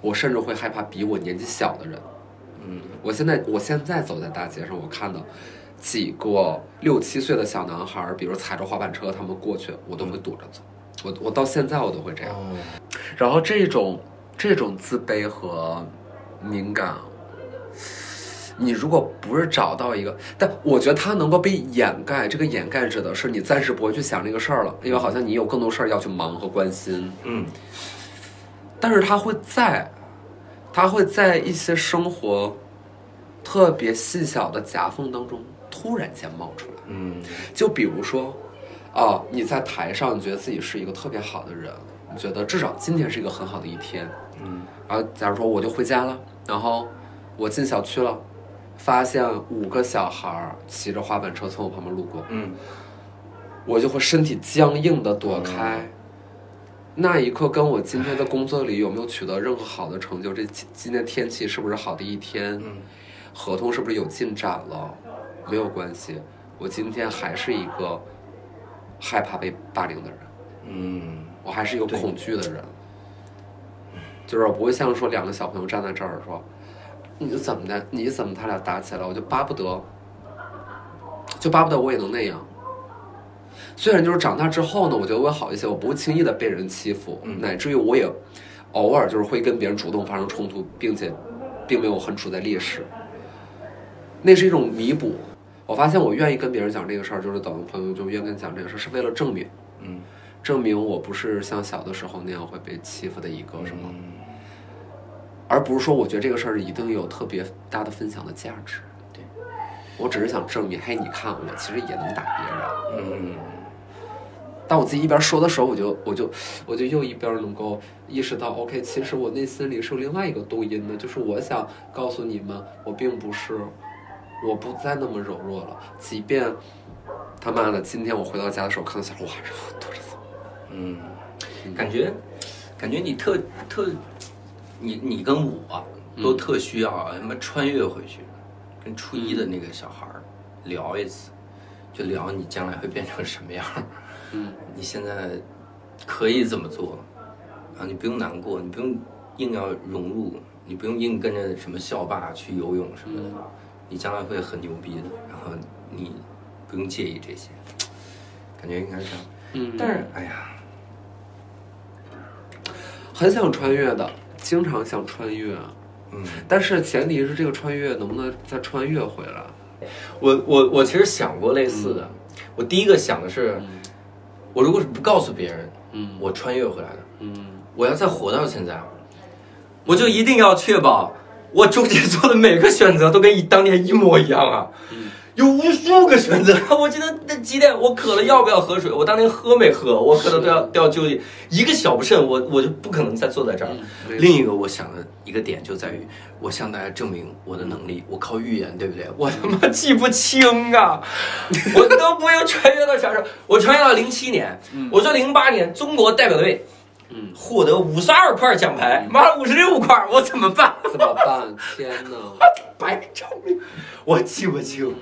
Speaker 7: 我甚至会害怕比我年纪小的人。
Speaker 4: 嗯
Speaker 7: 我现在我现在走在大街上，我看到几个六七岁的小男孩儿，比如踩着滑板车他们过去，我都会躲着走。我我到现在我都会这样。
Speaker 4: 哦，
Speaker 7: 然后这种这种自卑和敏感，你如果不是找到一个，但我觉得它能够被掩盖，这个掩盖指的是你暂时不会去想这个事儿了，因为好像你有更多事儿要去忙和关心。
Speaker 4: 嗯，
Speaker 7: 但是它会在，它会在一些生活特别细小的夹缝当中突然间冒出来。
Speaker 4: 嗯，
Speaker 7: 就比如说，啊，你在台上你觉得自己是一个特别好的人，你觉得至少今天是一个很好的一天，
Speaker 4: 嗯，
Speaker 7: 然后假如说我就回家了，然后我进小区了，发现五个小孩儿骑着滑板车从我旁边路过，
Speaker 4: 嗯，
Speaker 7: 我就会身体僵硬的躲开。
Speaker 4: 嗯
Speaker 7: 那一刻，跟我今天的工作里有没有取得任何好的成就？这今天天气是不是好的一天？
Speaker 4: 嗯
Speaker 7: 合同是不是有进展了？没有关系，我今天还是一个害怕被霸凌的人，
Speaker 4: 嗯
Speaker 7: 我还是有
Speaker 4: 对
Speaker 7: 恐惧的人，就是我不会像说两个小朋友站在这儿说，你怎么的？你怎么他俩打起来了？我就巴不得，就巴不得我也能那样。虽然就是长大之后呢，我觉得我好一些，我不会轻易的被人欺负，
Speaker 4: 嗯
Speaker 7: 乃至于我也偶尔就是会跟别人主动发生冲突，并且并没有很处在劣势，那是一种弥补。我发现我愿意跟别人讲这个事儿，就是等朋友就愿意跟你讲这个事儿，是为了证明，
Speaker 4: 嗯
Speaker 7: 证明我不是像小的时候那样会被欺负的一个什么，
Speaker 4: 嗯，
Speaker 7: 而不是说我觉得这个事儿一定有特别大的分享的价值。
Speaker 4: 对，
Speaker 7: 我只是想证明，嘿，你看我其实也能打别人。
Speaker 4: 嗯
Speaker 7: 但我自己一边说的时候，我就我就我就又一边能够意识到，OK，其实我内心里是有另外一个动因的，就是我想告诉你们，我并不是，我不再那么柔弱了。即便他妈的，今天我回到家的时候看到小孩，哇，多着
Speaker 4: 嗯，感觉感觉你特特，你你跟我都特需要啊，什么穿越回去，跟初一的那个小孩儿聊一次，就聊你将来会变成什么样儿，
Speaker 7: 嗯
Speaker 4: 你现在可以怎么做，啊，你不用难过，你不用硬要融入，你不用硬跟着什么校霸去游泳什么的，你将来会很牛逼的，然后你不用介意这些，感觉应该是这样。
Speaker 7: 嗯
Speaker 4: 但是哎呀，
Speaker 7: 很想穿越的，经常想穿越，啊
Speaker 4: 嗯。
Speaker 7: 但是前提是这个穿越能不能再穿越回来？
Speaker 4: 我我我其实想过类似的，我第一个想的是，我如果是不告诉别人，
Speaker 7: 嗯
Speaker 4: 我穿越回来的，
Speaker 7: 嗯
Speaker 4: 我要再活到现在，啊我就一定要确保我中间做的每个选择都跟当年一模一样啊。有无数个选择， 我今天这几点我渴了要不要喝水？我当年喝没喝？我可能都要都要纠结，一个小不慎，我我就不可能再坐在这儿。
Speaker 7: 没错
Speaker 4: 另一个我想的一个点就在于，我向大家证明我的能力，我靠预言，对不对？我他妈记不清啊，我都不用穿越到啥时候，我穿越到零七年，我说零八年中国代表队。
Speaker 7: 嗯
Speaker 4: 获得五十二块奖牌，妈的五十六块，我怎么办？
Speaker 7: 怎么办？天哪！
Speaker 4: 白照明，我记不清。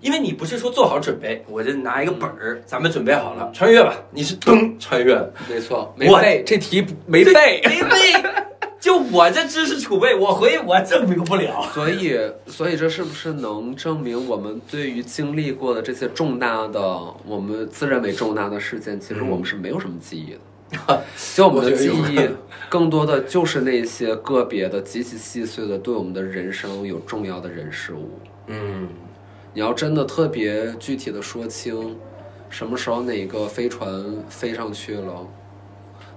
Speaker 4: 因为你不是说做好准备，我就拿一个本儿，咱们准备好了，穿越吧。你是噔穿越的，
Speaker 7: 没错，没
Speaker 4: 我
Speaker 7: 背这题没背。
Speaker 4: 没背。就我这知识储备，我回去我证明不了。
Speaker 7: 所以，所以这是不是能证明我们对于经历过的这些重大的，我们自认为重大的事件，其实我们是没有什么记忆的。就我们的记
Speaker 4: 我觉
Speaker 7: 忆
Speaker 4: 得有，
Speaker 7: 更多的就是那些个别的、极其细碎的，对我们的人生有重要的人事物。
Speaker 4: 嗯
Speaker 7: 你要真的特别具体的说清，什么时候哪个飞船飞上去了，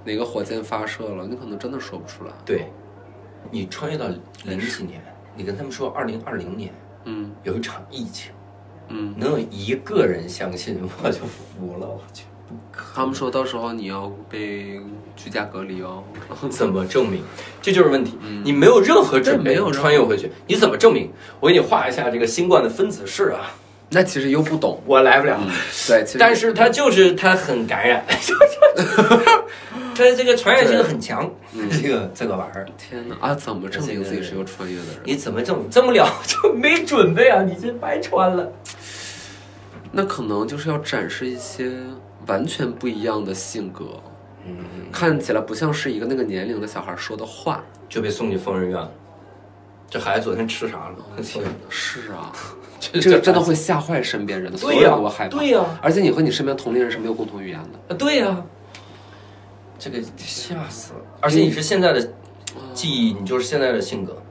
Speaker 7: 哪个火箭发射了，你可能真的说不出来。，
Speaker 4: 对，你穿越到零几年，你跟他们说二零二零年
Speaker 7: 嗯
Speaker 4: 有一场疫情，
Speaker 7: 嗯。
Speaker 4: 能有一个人相信，我就服了。我去，不可
Speaker 7: 他们说到时候你要被居家隔离哦。
Speaker 4: 怎么证明？这就是问题。你没有任何准备，
Speaker 7: 嗯对没有任何
Speaker 4: 穿越回去，你怎么证明？我给你画一下这个新冠的分子式啊，
Speaker 7: 那其实又不懂，嗯
Speaker 4: 我来不了。
Speaker 7: 对，其实
Speaker 4: 但是它就是它很感染，它这个传染性很强，
Speaker 7: 嗯
Speaker 4: 这个这个玩意儿，
Speaker 7: 天哪啊，怎么证明自己是个穿越的人？
Speaker 4: 你怎么证明？证不了 就没准备啊，你这白穿了。
Speaker 7: 那可能就是要展示一些完全不一样的性格，
Speaker 4: 嗯，
Speaker 7: 看起来不像是一个那个年龄的小孩说的话。
Speaker 4: 就被送去疯人院了。这孩子昨天吃啥了？
Speaker 7: 嗯是 啊，这个真的会吓坏身边人的，所有人都会害怕。
Speaker 4: 对呀、
Speaker 7: 而且你和你身边同龄人是没有共同语言的。
Speaker 4: 啊，对呀、这个吓死了！而且你是现在的记忆，你就是现在的性格，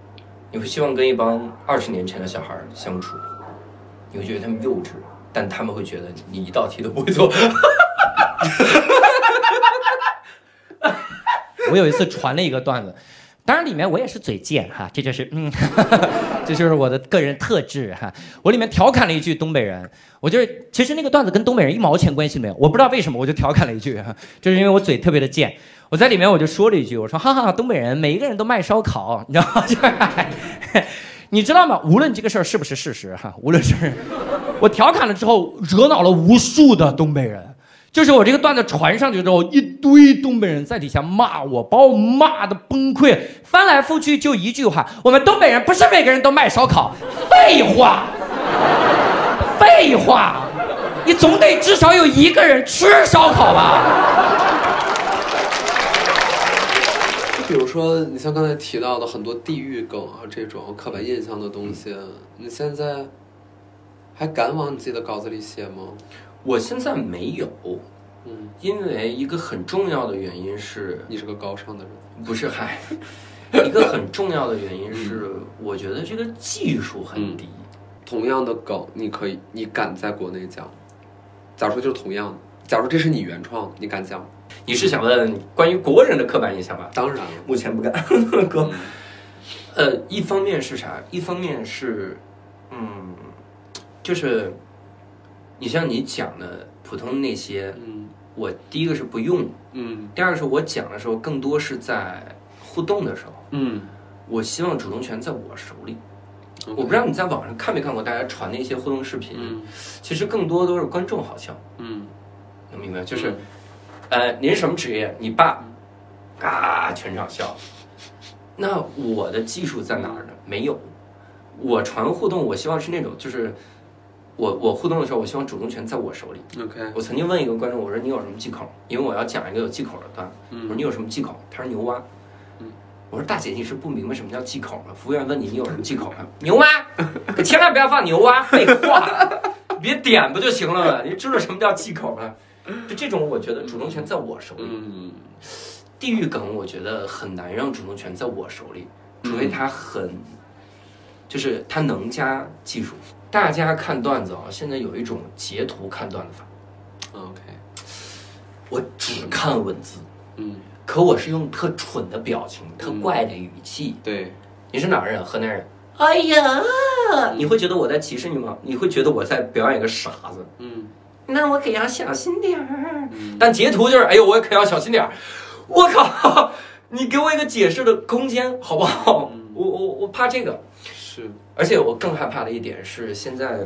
Speaker 4: 你会希望跟一帮二十年前的小孩儿相处，你会觉得他们幼稚，但他们会觉得你一道题都不会做。
Speaker 3: 我有一次传了一个段子，当然里面我也是嘴贱哈，这就是嗯， 这就是我的个人特质哈。我里面调侃了一句东北人，我就是其实那个段子跟东北人一毛钱关系没有，我不知道为什么我就调侃了一句哈，就是因为我嘴特别的贱。我在里面我就说了一句，我说哈哈哈，东北人每一个人都卖烧烤，你知道吗？ 就是 哎你知道吗？无论这个事儿是不是事实哈，无论是我调侃了之后，惹恼了无数的东北人。就是我这个段子传上去之后，一堆东北人在底下骂我，把我骂的崩溃。翻来覆去就一句话：我们东北人不是每个人都卖烧烤。废话，废话，你总得至少有一个人吃烧烤吧？
Speaker 7: 就比如说，你像刚才提到的很多地域梗啊，这种刻板印象的东西，你现在还敢往你自己的稿子里写吗？
Speaker 4: 我现在没有，
Speaker 7: 嗯，
Speaker 4: 因为一个很重要的原因是，
Speaker 7: 你是个高尚的人，
Speaker 4: 不是嗨，一个很重要的原因是，我觉得这个技术很低。
Speaker 7: 同样的梗，你可以，你敢在国内讲？假如说就是同样的，假如这是你原创，你敢讲？
Speaker 4: 你是想问关于国人的刻板印象吧？
Speaker 7: 当然了，
Speaker 4: 目前不敢，哥。呃，一方面是啥？一方面是，嗯，就是你像你讲的普通那些，
Speaker 7: 嗯
Speaker 4: 我第一个是不用，
Speaker 7: 嗯
Speaker 4: 第二个是我讲的时候更多是在互动的时候，
Speaker 7: 嗯，
Speaker 4: 我希望主动权在我手里。
Speaker 7: 我
Speaker 4: 我不知道你在网上看没看过大家传的一些互动视频，
Speaker 7: 嗯
Speaker 4: 其实更多都是观众好笑，
Speaker 7: 嗯
Speaker 4: 能明白？就是，呃，您什么职业？你爸，啊，全场笑。那我的技术在哪儿呢？没有。我传互动，我希望是那种，就是我我互动的时候，我希望主动权在我手里。
Speaker 7: 嗯，OK，
Speaker 4: 我曾经问一个观众，我说你有什么忌口？因为我要讲一个有忌口的段子。我说
Speaker 7: 嗯
Speaker 4: 你有什么忌口？他说牛蛙。我说大姐，你是不明白什么叫忌口吗？服务员问你你有什么忌口吗？牛蛙，可千万不要放牛蛙，废话，别点不就行了吗？你知道什么叫忌口吗？就这种，我觉得主动权在我手里。
Speaker 7: 嗯
Speaker 4: 地域梗，我觉得很难让主动权在我手里，除
Speaker 7: 嗯
Speaker 4: 非他很，就是他能加技术。大家看段子啊，现在有一种截图看段子法，
Speaker 7: 啊，OK，
Speaker 4: 我只看文字，
Speaker 7: 嗯，
Speaker 4: 可我是用特蠢的表情、特怪的语气。
Speaker 7: 对，
Speaker 4: 你是哪儿人？河南人。哎呀，你会觉得我在歧视你吗？你会觉得我在表演一个傻子？
Speaker 7: 嗯
Speaker 4: 那我可要小心点儿。但截图就是，哎呦，我可要小心点儿。我靠， 你给我一个解释的空间好不好？我我我怕这个，
Speaker 7: 是，
Speaker 4: 而且我更害怕的一点是，现在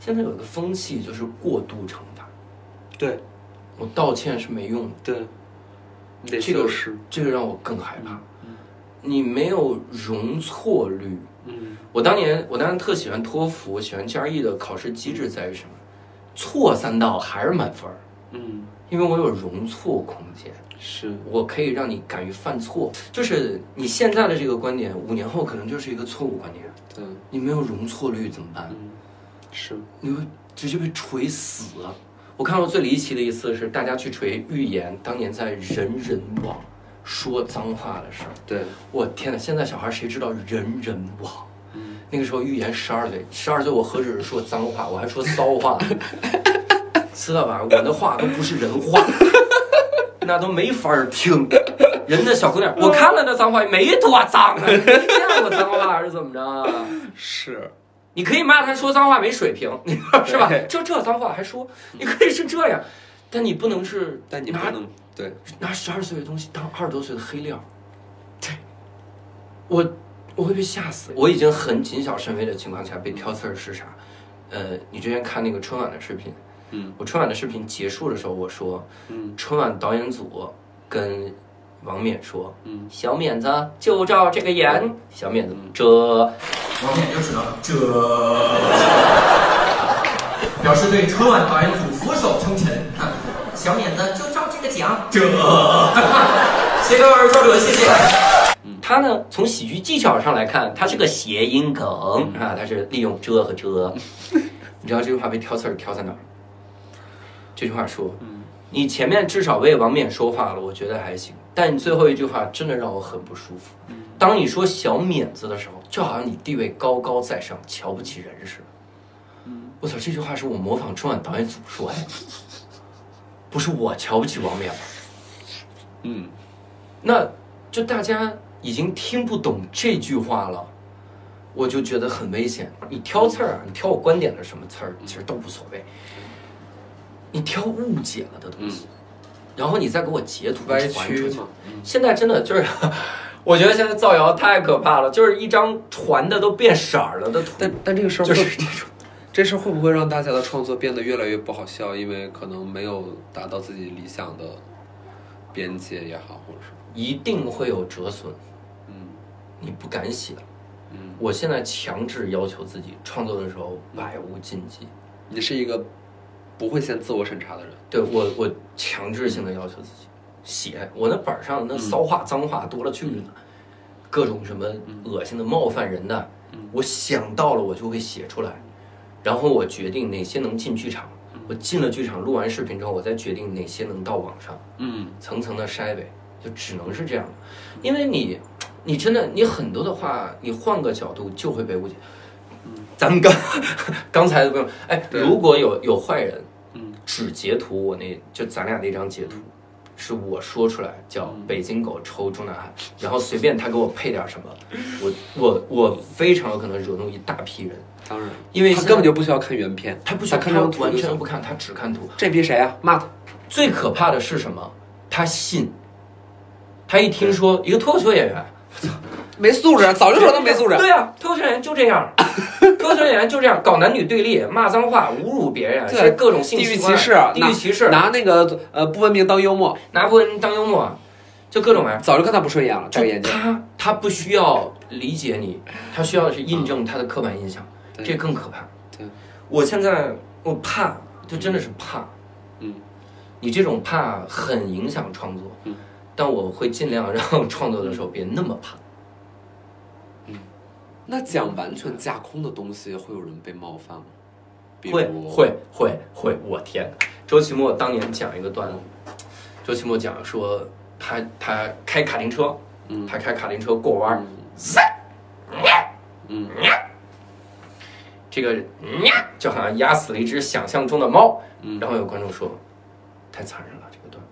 Speaker 4: 现在有一个风气就是过度惩罚。
Speaker 7: 对
Speaker 4: 我道歉是没用的。
Speaker 7: 对，你得
Speaker 4: 这个
Speaker 7: 修饰，
Speaker 4: 这个让我更害怕。你没有容错率。
Speaker 7: 嗯
Speaker 4: 我当年，我当年特喜欢托福，喜欢 GRE 的考试机制在于什么？错三道还是满分儿，
Speaker 7: 嗯
Speaker 4: 因为我有容错空间，
Speaker 7: 是，
Speaker 4: 我可以让你敢于犯错。就是你现在的这个观点，五年后可能就是一个错误观点。
Speaker 7: 对，
Speaker 4: 你没有容错率怎么办？
Speaker 7: 嗯是，
Speaker 4: 你会直接被锤死啊！我看过最离奇的一次是，大家去锤预言当年在人人网说脏话的事儿。
Speaker 7: 对，
Speaker 4: 我天哪！现在小孩谁知道人人网？
Speaker 7: 嗯
Speaker 4: 那个时候预言十二岁，十二岁我何止是说脏话，我还说骚话， 知道吧？我的话都不是人话，那都没法儿听。人的小姑娘，我看了那脏话没多脏啊，你没见过脏话是怎么着啊？
Speaker 7: 是，
Speaker 4: 你可以骂他说脏话没水平，你说是吧
Speaker 7: 对？
Speaker 4: 就这脏话还说，你可以是这样，但你不能是
Speaker 7: 但你不
Speaker 4: 拿
Speaker 7: 能对，
Speaker 4: 拿十二岁的东西当二十多岁的黑料，对，我我会被吓死。我已经很谨小慎微的情况下被挑刺儿是啥？呃，你之前看那个春晚的视频，
Speaker 7: 嗯，
Speaker 4: 我春晚的视频结束的时候我说，
Speaker 7: 嗯
Speaker 4: 春晚导演组跟王冕说，
Speaker 7: 嗯，
Speaker 4: 小冕子就照这个演，小冕子这
Speaker 8: 嗯王冕就只能这，表示对春晚导演组俯首称臣。小免子就照这个讲，这，谢各位玩照者，谢谢。
Speaker 4: 他呢，从喜剧技巧上来看，他是个谐音梗啊，他是利用这和这。你知道这句话被挑刺儿挑在哪儿？这句话说，你前面至少为王冕说话了，我觉得还行，但你最后一句话真的让我很不舒服。当你说小免子的时候，就好像你地位高高在上，瞧不起人似的。我操，这句话是我模仿春晚导演组说的，不是我瞧不起王冕吧？
Speaker 7: 嗯，
Speaker 4: 那就大家已经听不懂这句话了，我就觉得很危险。你挑刺儿啊，你挑我观点的什么刺
Speaker 7: 嗯
Speaker 4: 儿，其实都无所谓。你挑误解了的东西，然后你再给我截图
Speaker 7: 嗯歪
Speaker 4: 传
Speaker 7: 曲
Speaker 4: 出去
Speaker 7: 嘛。嗯
Speaker 4: 现在真的就是， 我觉得现在造谣太可怕了，就是一张传的都变色儿了的图，
Speaker 7: 但但这个事儿
Speaker 4: 就
Speaker 7: 会、
Speaker 4: 是这种。
Speaker 7: 这事儿会不会让大家的创作变得越来越不好笑？因为可能没有达到自己理想的边界也好，或者是
Speaker 4: 一定会有折损。
Speaker 7: 嗯，
Speaker 4: 你不敢写。
Speaker 7: 嗯，
Speaker 4: 我现在强制要求自己创作的时候百无禁忌。
Speaker 7: 你是一个不会先自我审查的人。
Speaker 4: 对我，我强制性的要求自己写。我那本儿上那骚话脏话多了去了，各种什么恶心的、冒犯人的，我想到了我就会写出来。然后我决定哪些能进剧场，我进了剧场录完视频之后，我再决定哪些能到网上。
Speaker 7: 嗯
Speaker 4: 层层的筛呗，就只能是这样的，因为你，你真的你很多的话，你换个角度就会被误解。 咱们刚刚才的不用，哎，
Speaker 7: 嗯对
Speaker 4: 如果有有坏人，
Speaker 7: 嗯，
Speaker 4: 只截图我那就咱俩那张截图，是我说出来叫
Speaker 7: 嗯
Speaker 4: 北京狗抽中南海，然后随便他给我配点什么，我我我非常有可能惹怒一大批人，
Speaker 7: 当然，
Speaker 4: 因为
Speaker 7: 他
Speaker 4: 现在
Speaker 7: 根本就不需要看原片，
Speaker 4: 他不需要
Speaker 7: 看
Speaker 4: 看
Speaker 7: 这张图
Speaker 4: 完
Speaker 7: 就行
Speaker 4: 全不看，他只看图，
Speaker 7: 这批谁啊？骂他。
Speaker 4: 最可怕的是什么？他信，他一听说一个脱口秀演员，
Speaker 7: 没素
Speaker 4: 啊
Speaker 7: 质，早就说他没素质。
Speaker 4: 对啊，脱口秀演员就这样，脱口秀演员就这样搞男女对立，骂脏话，侮辱别人，
Speaker 7: 对
Speaker 4: 是各种性
Speaker 7: 地域
Speaker 4: 习惯
Speaker 7: 歧视，
Speaker 4: 地域歧视，
Speaker 7: 拿拿那个呃不文明当幽默，
Speaker 4: 拿不文当幽默，就各种玩意儿。
Speaker 7: 早就看他不顺眼了，戴
Speaker 4: 就
Speaker 7: 个眼镜。
Speaker 4: 他他不需要理解你，他需要的是印证他的刻板印象，
Speaker 7: 对
Speaker 4: 这更可怕。
Speaker 7: 对，
Speaker 4: 我现在我怕，就真的是怕。
Speaker 7: 嗯，
Speaker 4: 你这种怕很影响创作，
Speaker 7: 嗯
Speaker 4: 但我会尽量让创作的时候别那么怕。
Speaker 7: 那讲完全架空的东西，会有人被冒犯吗？比如
Speaker 4: 会会会会，我天！周奇墨当年讲一个段子，周奇墨讲说他他开卡丁车，
Speaker 7: 嗯
Speaker 4: 他开卡丁车过弯儿，
Speaker 7: 嗯
Speaker 4: 这个呀就好像压死了一只想象中的猫。
Speaker 7: 嗯
Speaker 4: 然后有观众说，太残忍了这个段子。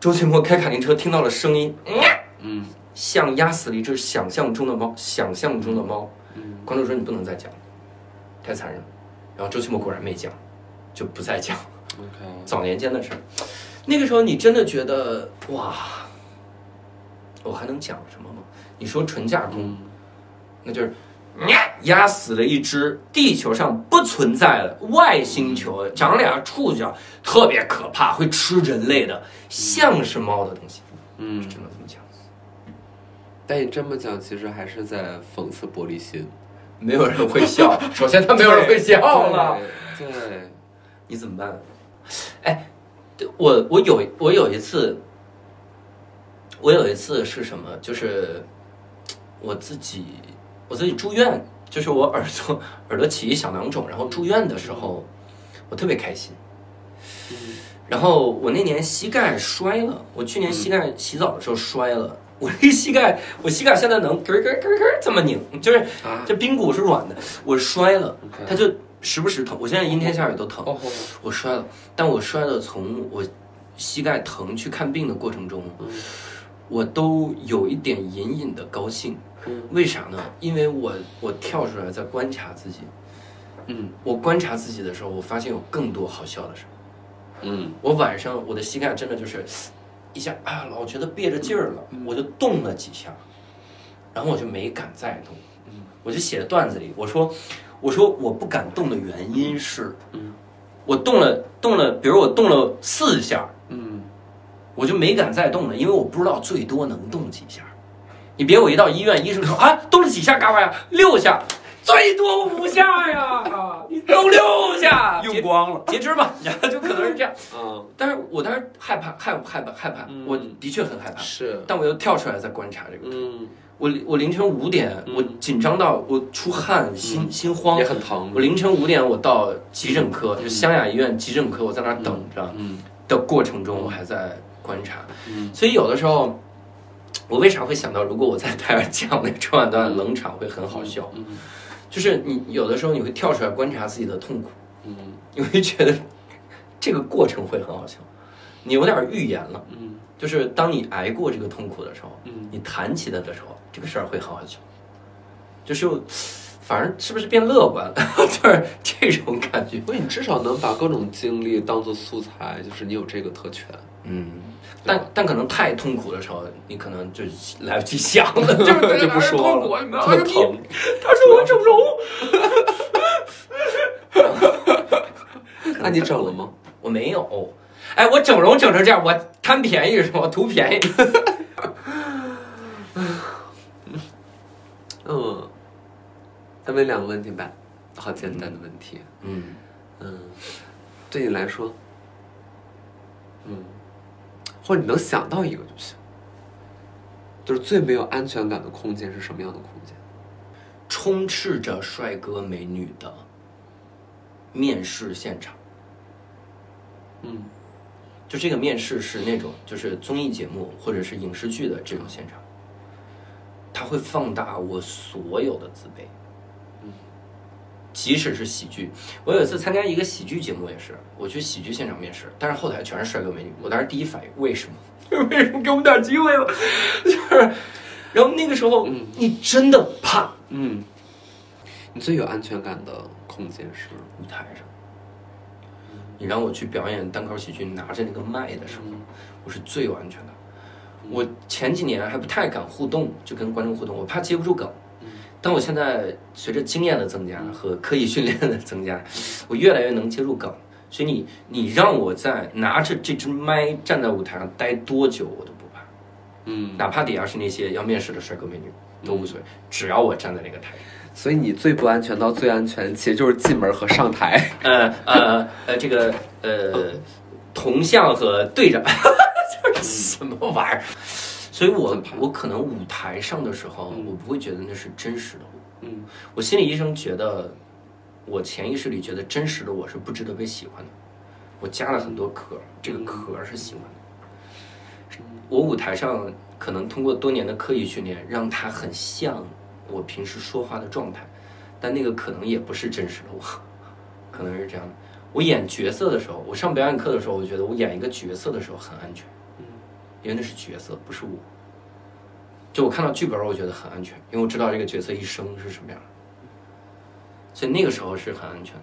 Speaker 4: 周奇墨开卡丁车听到了声音，
Speaker 7: 嗯
Speaker 4: 像压死了一只想象中的猫，想象中的猫。
Speaker 7: 嗯
Speaker 4: 观众说你不能再讲，太残忍了。然后周奇墨果然没讲，就不再讲
Speaker 7: ，OK，
Speaker 4: 早年间的事儿。那个时候你真的觉得哇，我还能讲什么吗？你说纯架空，
Speaker 7: 嗯
Speaker 4: 那就是压死了一只地球上不存在的外星球，
Speaker 7: 嗯
Speaker 4: 长俩触角，特别可怕，会吃人类的，像是猫的东西，
Speaker 7: 嗯
Speaker 4: 只，能这么讲。
Speaker 7: 但你这么讲，其实还是在讽刺玻璃心，
Speaker 4: 没有人 会笑，首先他没有人会笑了，
Speaker 7: 对。对，
Speaker 4: 你怎么办？哎，对我我有我有一次，我有一次是什么？就是我自己我自己住院，就是我耳朵耳朵起一小囊肿，然后住院的时候，我特别开心。
Speaker 7: 嗯
Speaker 4: 然后我那年膝盖摔了，我去年膝
Speaker 7: 嗯
Speaker 4: 盖洗澡的时候摔了，我这膝盖我膝盖现在能咯咯咯咯这么拧，就是
Speaker 7: 啊
Speaker 4: 这髌骨是软的，我摔了
Speaker 7: OK，
Speaker 4: 它就时不时疼。我现在阴天下雨都疼。
Speaker 7: 哦，
Speaker 4: 我摔了，但我摔了，从我膝盖疼去看病的过程中，我都有一点隐隐的高兴。为啥呢？因为我我跳出来在观察自己，
Speaker 7: 嗯
Speaker 4: 我观察自己的时候，我发现有更多好笑的事儿。
Speaker 7: 嗯
Speaker 4: 我晚上我的膝盖真的就是一下啊，老觉得憋着劲儿了，我就动了几下，然后我就没敢再动。我就写段子里，我说我说我不敢动的原因是，我动了动了，比如我动了四下，
Speaker 7: 嗯，
Speaker 4: 我就没敢再动了，因为我不知道最多能动几下。你别我一到医院，医生说啊，动了几下干嘛呀？六下，最多五 下哎呀，你动六下，截
Speaker 7: 光了，
Speaker 4: 截肢吧，然后就可能是这样。
Speaker 7: 嗯，
Speaker 4: 但是我当时害怕，害害怕，害怕，
Speaker 7: 嗯
Speaker 4: 我的确很害怕，
Speaker 7: 是，
Speaker 4: 但我又跳出来在观察这个。
Speaker 7: 嗯，
Speaker 4: 我我凌晨五点，
Speaker 7: 嗯
Speaker 4: 我紧张到我出汗，心心慌
Speaker 7: 也。很嗯疼，
Speaker 4: 我凌晨五点我到急诊科，就湘雅医院急诊科，我在那儿等着
Speaker 7: 嗯
Speaker 4: 的过程中，我还在观察。
Speaker 7: 嗯
Speaker 4: 所以有的时候，我为啥会想到，如果我在台上讲那个春
Speaker 7: 嗯
Speaker 4: 晚段冷场会很好笑？就是你有的时候你会跳出来观察自己的痛苦，
Speaker 7: 嗯
Speaker 4: 你会觉得这个过程会很好笑，你有点预言了。
Speaker 7: 嗯
Speaker 4: 就是当你挨过这个痛苦的时候，
Speaker 7: 嗯
Speaker 4: 你谈起它的时候，这个事儿会很好笑。就是，反正是不是变乐观了？ 就是这种感觉。
Speaker 7: 因为你至少能把各种经历当做素材，就是你有这个特权。
Speaker 4: 嗯，但但可能太痛苦的时候，你可能就来不及想了， 就是 哎
Speaker 7: 就不说
Speaker 4: 痛苦，
Speaker 7: 了
Speaker 4: 你知道
Speaker 7: 特
Speaker 4: 吗
Speaker 7: 疼。
Speaker 4: 他说我整容，
Speaker 7: 那你整了吗？
Speaker 4: 我没有。哎，我整容整成这样，我贪便宜是吧？我图便宜。
Speaker 7: 嗯，再问两个问题吧，好简单的问题。
Speaker 4: 嗯，
Speaker 7: 嗯，对你来说，嗯，或者你能想到一个就行。就是最没有安全感的空间是什么样的空间？
Speaker 4: 充斥着帅哥美女的面试现场。
Speaker 7: 嗯
Speaker 4: 就这个面试是那种就是综艺节目或者是影视剧的这种现场，它会放大我所有的自卑，
Speaker 7: 嗯
Speaker 4: 即使是喜剧。我有一次参加一个喜剧节目也是，我去喜剧现场面试，但是后台全是帅哥美女，我当时第一反应为什么？ 为什么给我们点机会吧？ 就是，然后那个时候
Speaker 7: 嗯
Speaker 4: 你真的怕
Speaker 7: 嗯，你最有安全感的空间是？
Speaker 4: 舞台上，你让我去表演单口喜剧，拿着那个麦的时候，我是最有安全感。我前几年还不太敢互动，就跟观众互动，我怕接不住梗。但我现在随着经验的增加和刻意训练的增加，我越来越能接住梗。所以你你让我在拿着这支麦站在舞台上待多久，我都不怕，
Speaker 7: 嗯，
Speaker 4: 哪怕底下是那些要面试的帅哥美女都无所谓，只要我站在那个台上。
Speaker 7: 所以你最不安全到最安全，其实就是进门和上台。
Speaker 4: 呃呃呃，这个呃，铜像和对着， 这是什么玩意儿？所以我我可能舞台上的时候，我不会觉得那是真实的我。
Speaker 7: 嗯，
Speaker 4: 我心理医生觉得，我潜意识里觉得真实的我是不值得被喜欢的。我加了很多壳，这个壳是喜欢的。我舞台上可能通过多年的刻意训练，让它很像我平时说话的状态，但那个可能也不是真实的我。可能是这样的。我演角色的时候，我上表演课的时候，我觉得我演一个角色的时候很安全，因为那是角色，不是我。就我看到剧本，我觉得很安全，因为我知道这个角色一生是什么样的，所以那个时候是很安全的。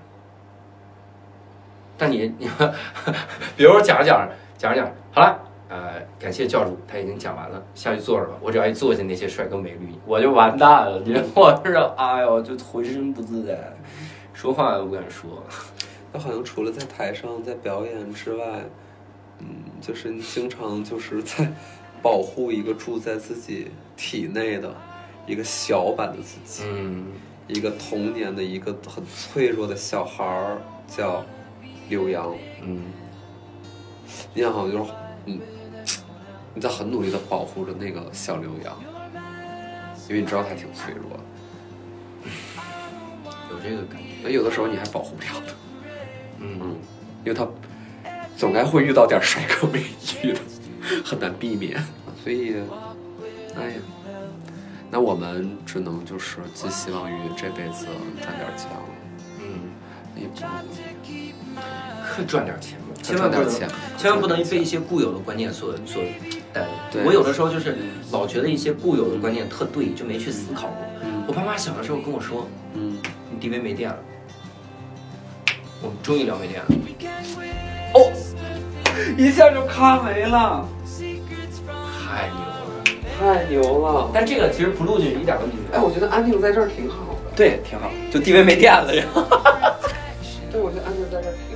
Speaker 4: 但你 你，比如说讲着讲着讲着讲着，好了，呃，感谢教主，他已经讲完了，下去坐着吧。我只要一坐下，那些帅哥美女我就完蛋了，你知道 我是哎呦，就浑身不自在，说话也不敢说。
Speaker 7: 那好像除了在台上在表演之外，嗯，就是你经常就是在保护一个住在自己体内的一个小版的自己，
Speaker 4: 嗯，
Speaker 7: 一个童年的一个很脆弱的小孩儿，叫刘洋。
Speaker 4: 嗯，
Speaker 7: 你好像就是，嗯，你在很努力的保护着那个小刘洋，因为你知道他挺脆弱的，
Speaker 4: 有这个感觉。
Speaker 7: 那有的时候你还保护不了他，
Speaker 4: 嗯，
Speaker 7: 因为他总该会遇到点帅哥美女的，很难避免。所以，哎呀，那我们只能就是寄希望于这辈子赚点钱了，
Speaker 4: 嗯，
Speaker 7: 也不容
Speaker 4: 可赚点钱吧，
Speaker 7: 易，
Speaker 4: 千
Speaker 7: 赚
Speaker 4: 万不
Speaker 7: 点
Speaker 4: 能
Speaker 7: 钱，
Speaker 4: 千万不能被一些固有的观念所所带
Speaker 7: 对
Speaker 4: 我有的时候就是老觉得一些固有的观念特对，就没去思考过。我爸妈小的时候跟我说，
Speaker 7: 嗯，
Speaker 4: 你 DV 没电了，我们终于聊没电了。哦，
Speaker 7: 一下就咖没了，
Speaker 4: 太牛了！
Speaker 7: 太牛了！
Speaker 4: 但这个其实不录就一点问题没
Speaker 7: 哎，
Speaker 4: 有。
Speaker 7: 我觉得安定在这儿挺好的。
Speaker 3: 对，挺好，就地位没电了。然后
Speaker 7: 对，我觉得安静在这儿挺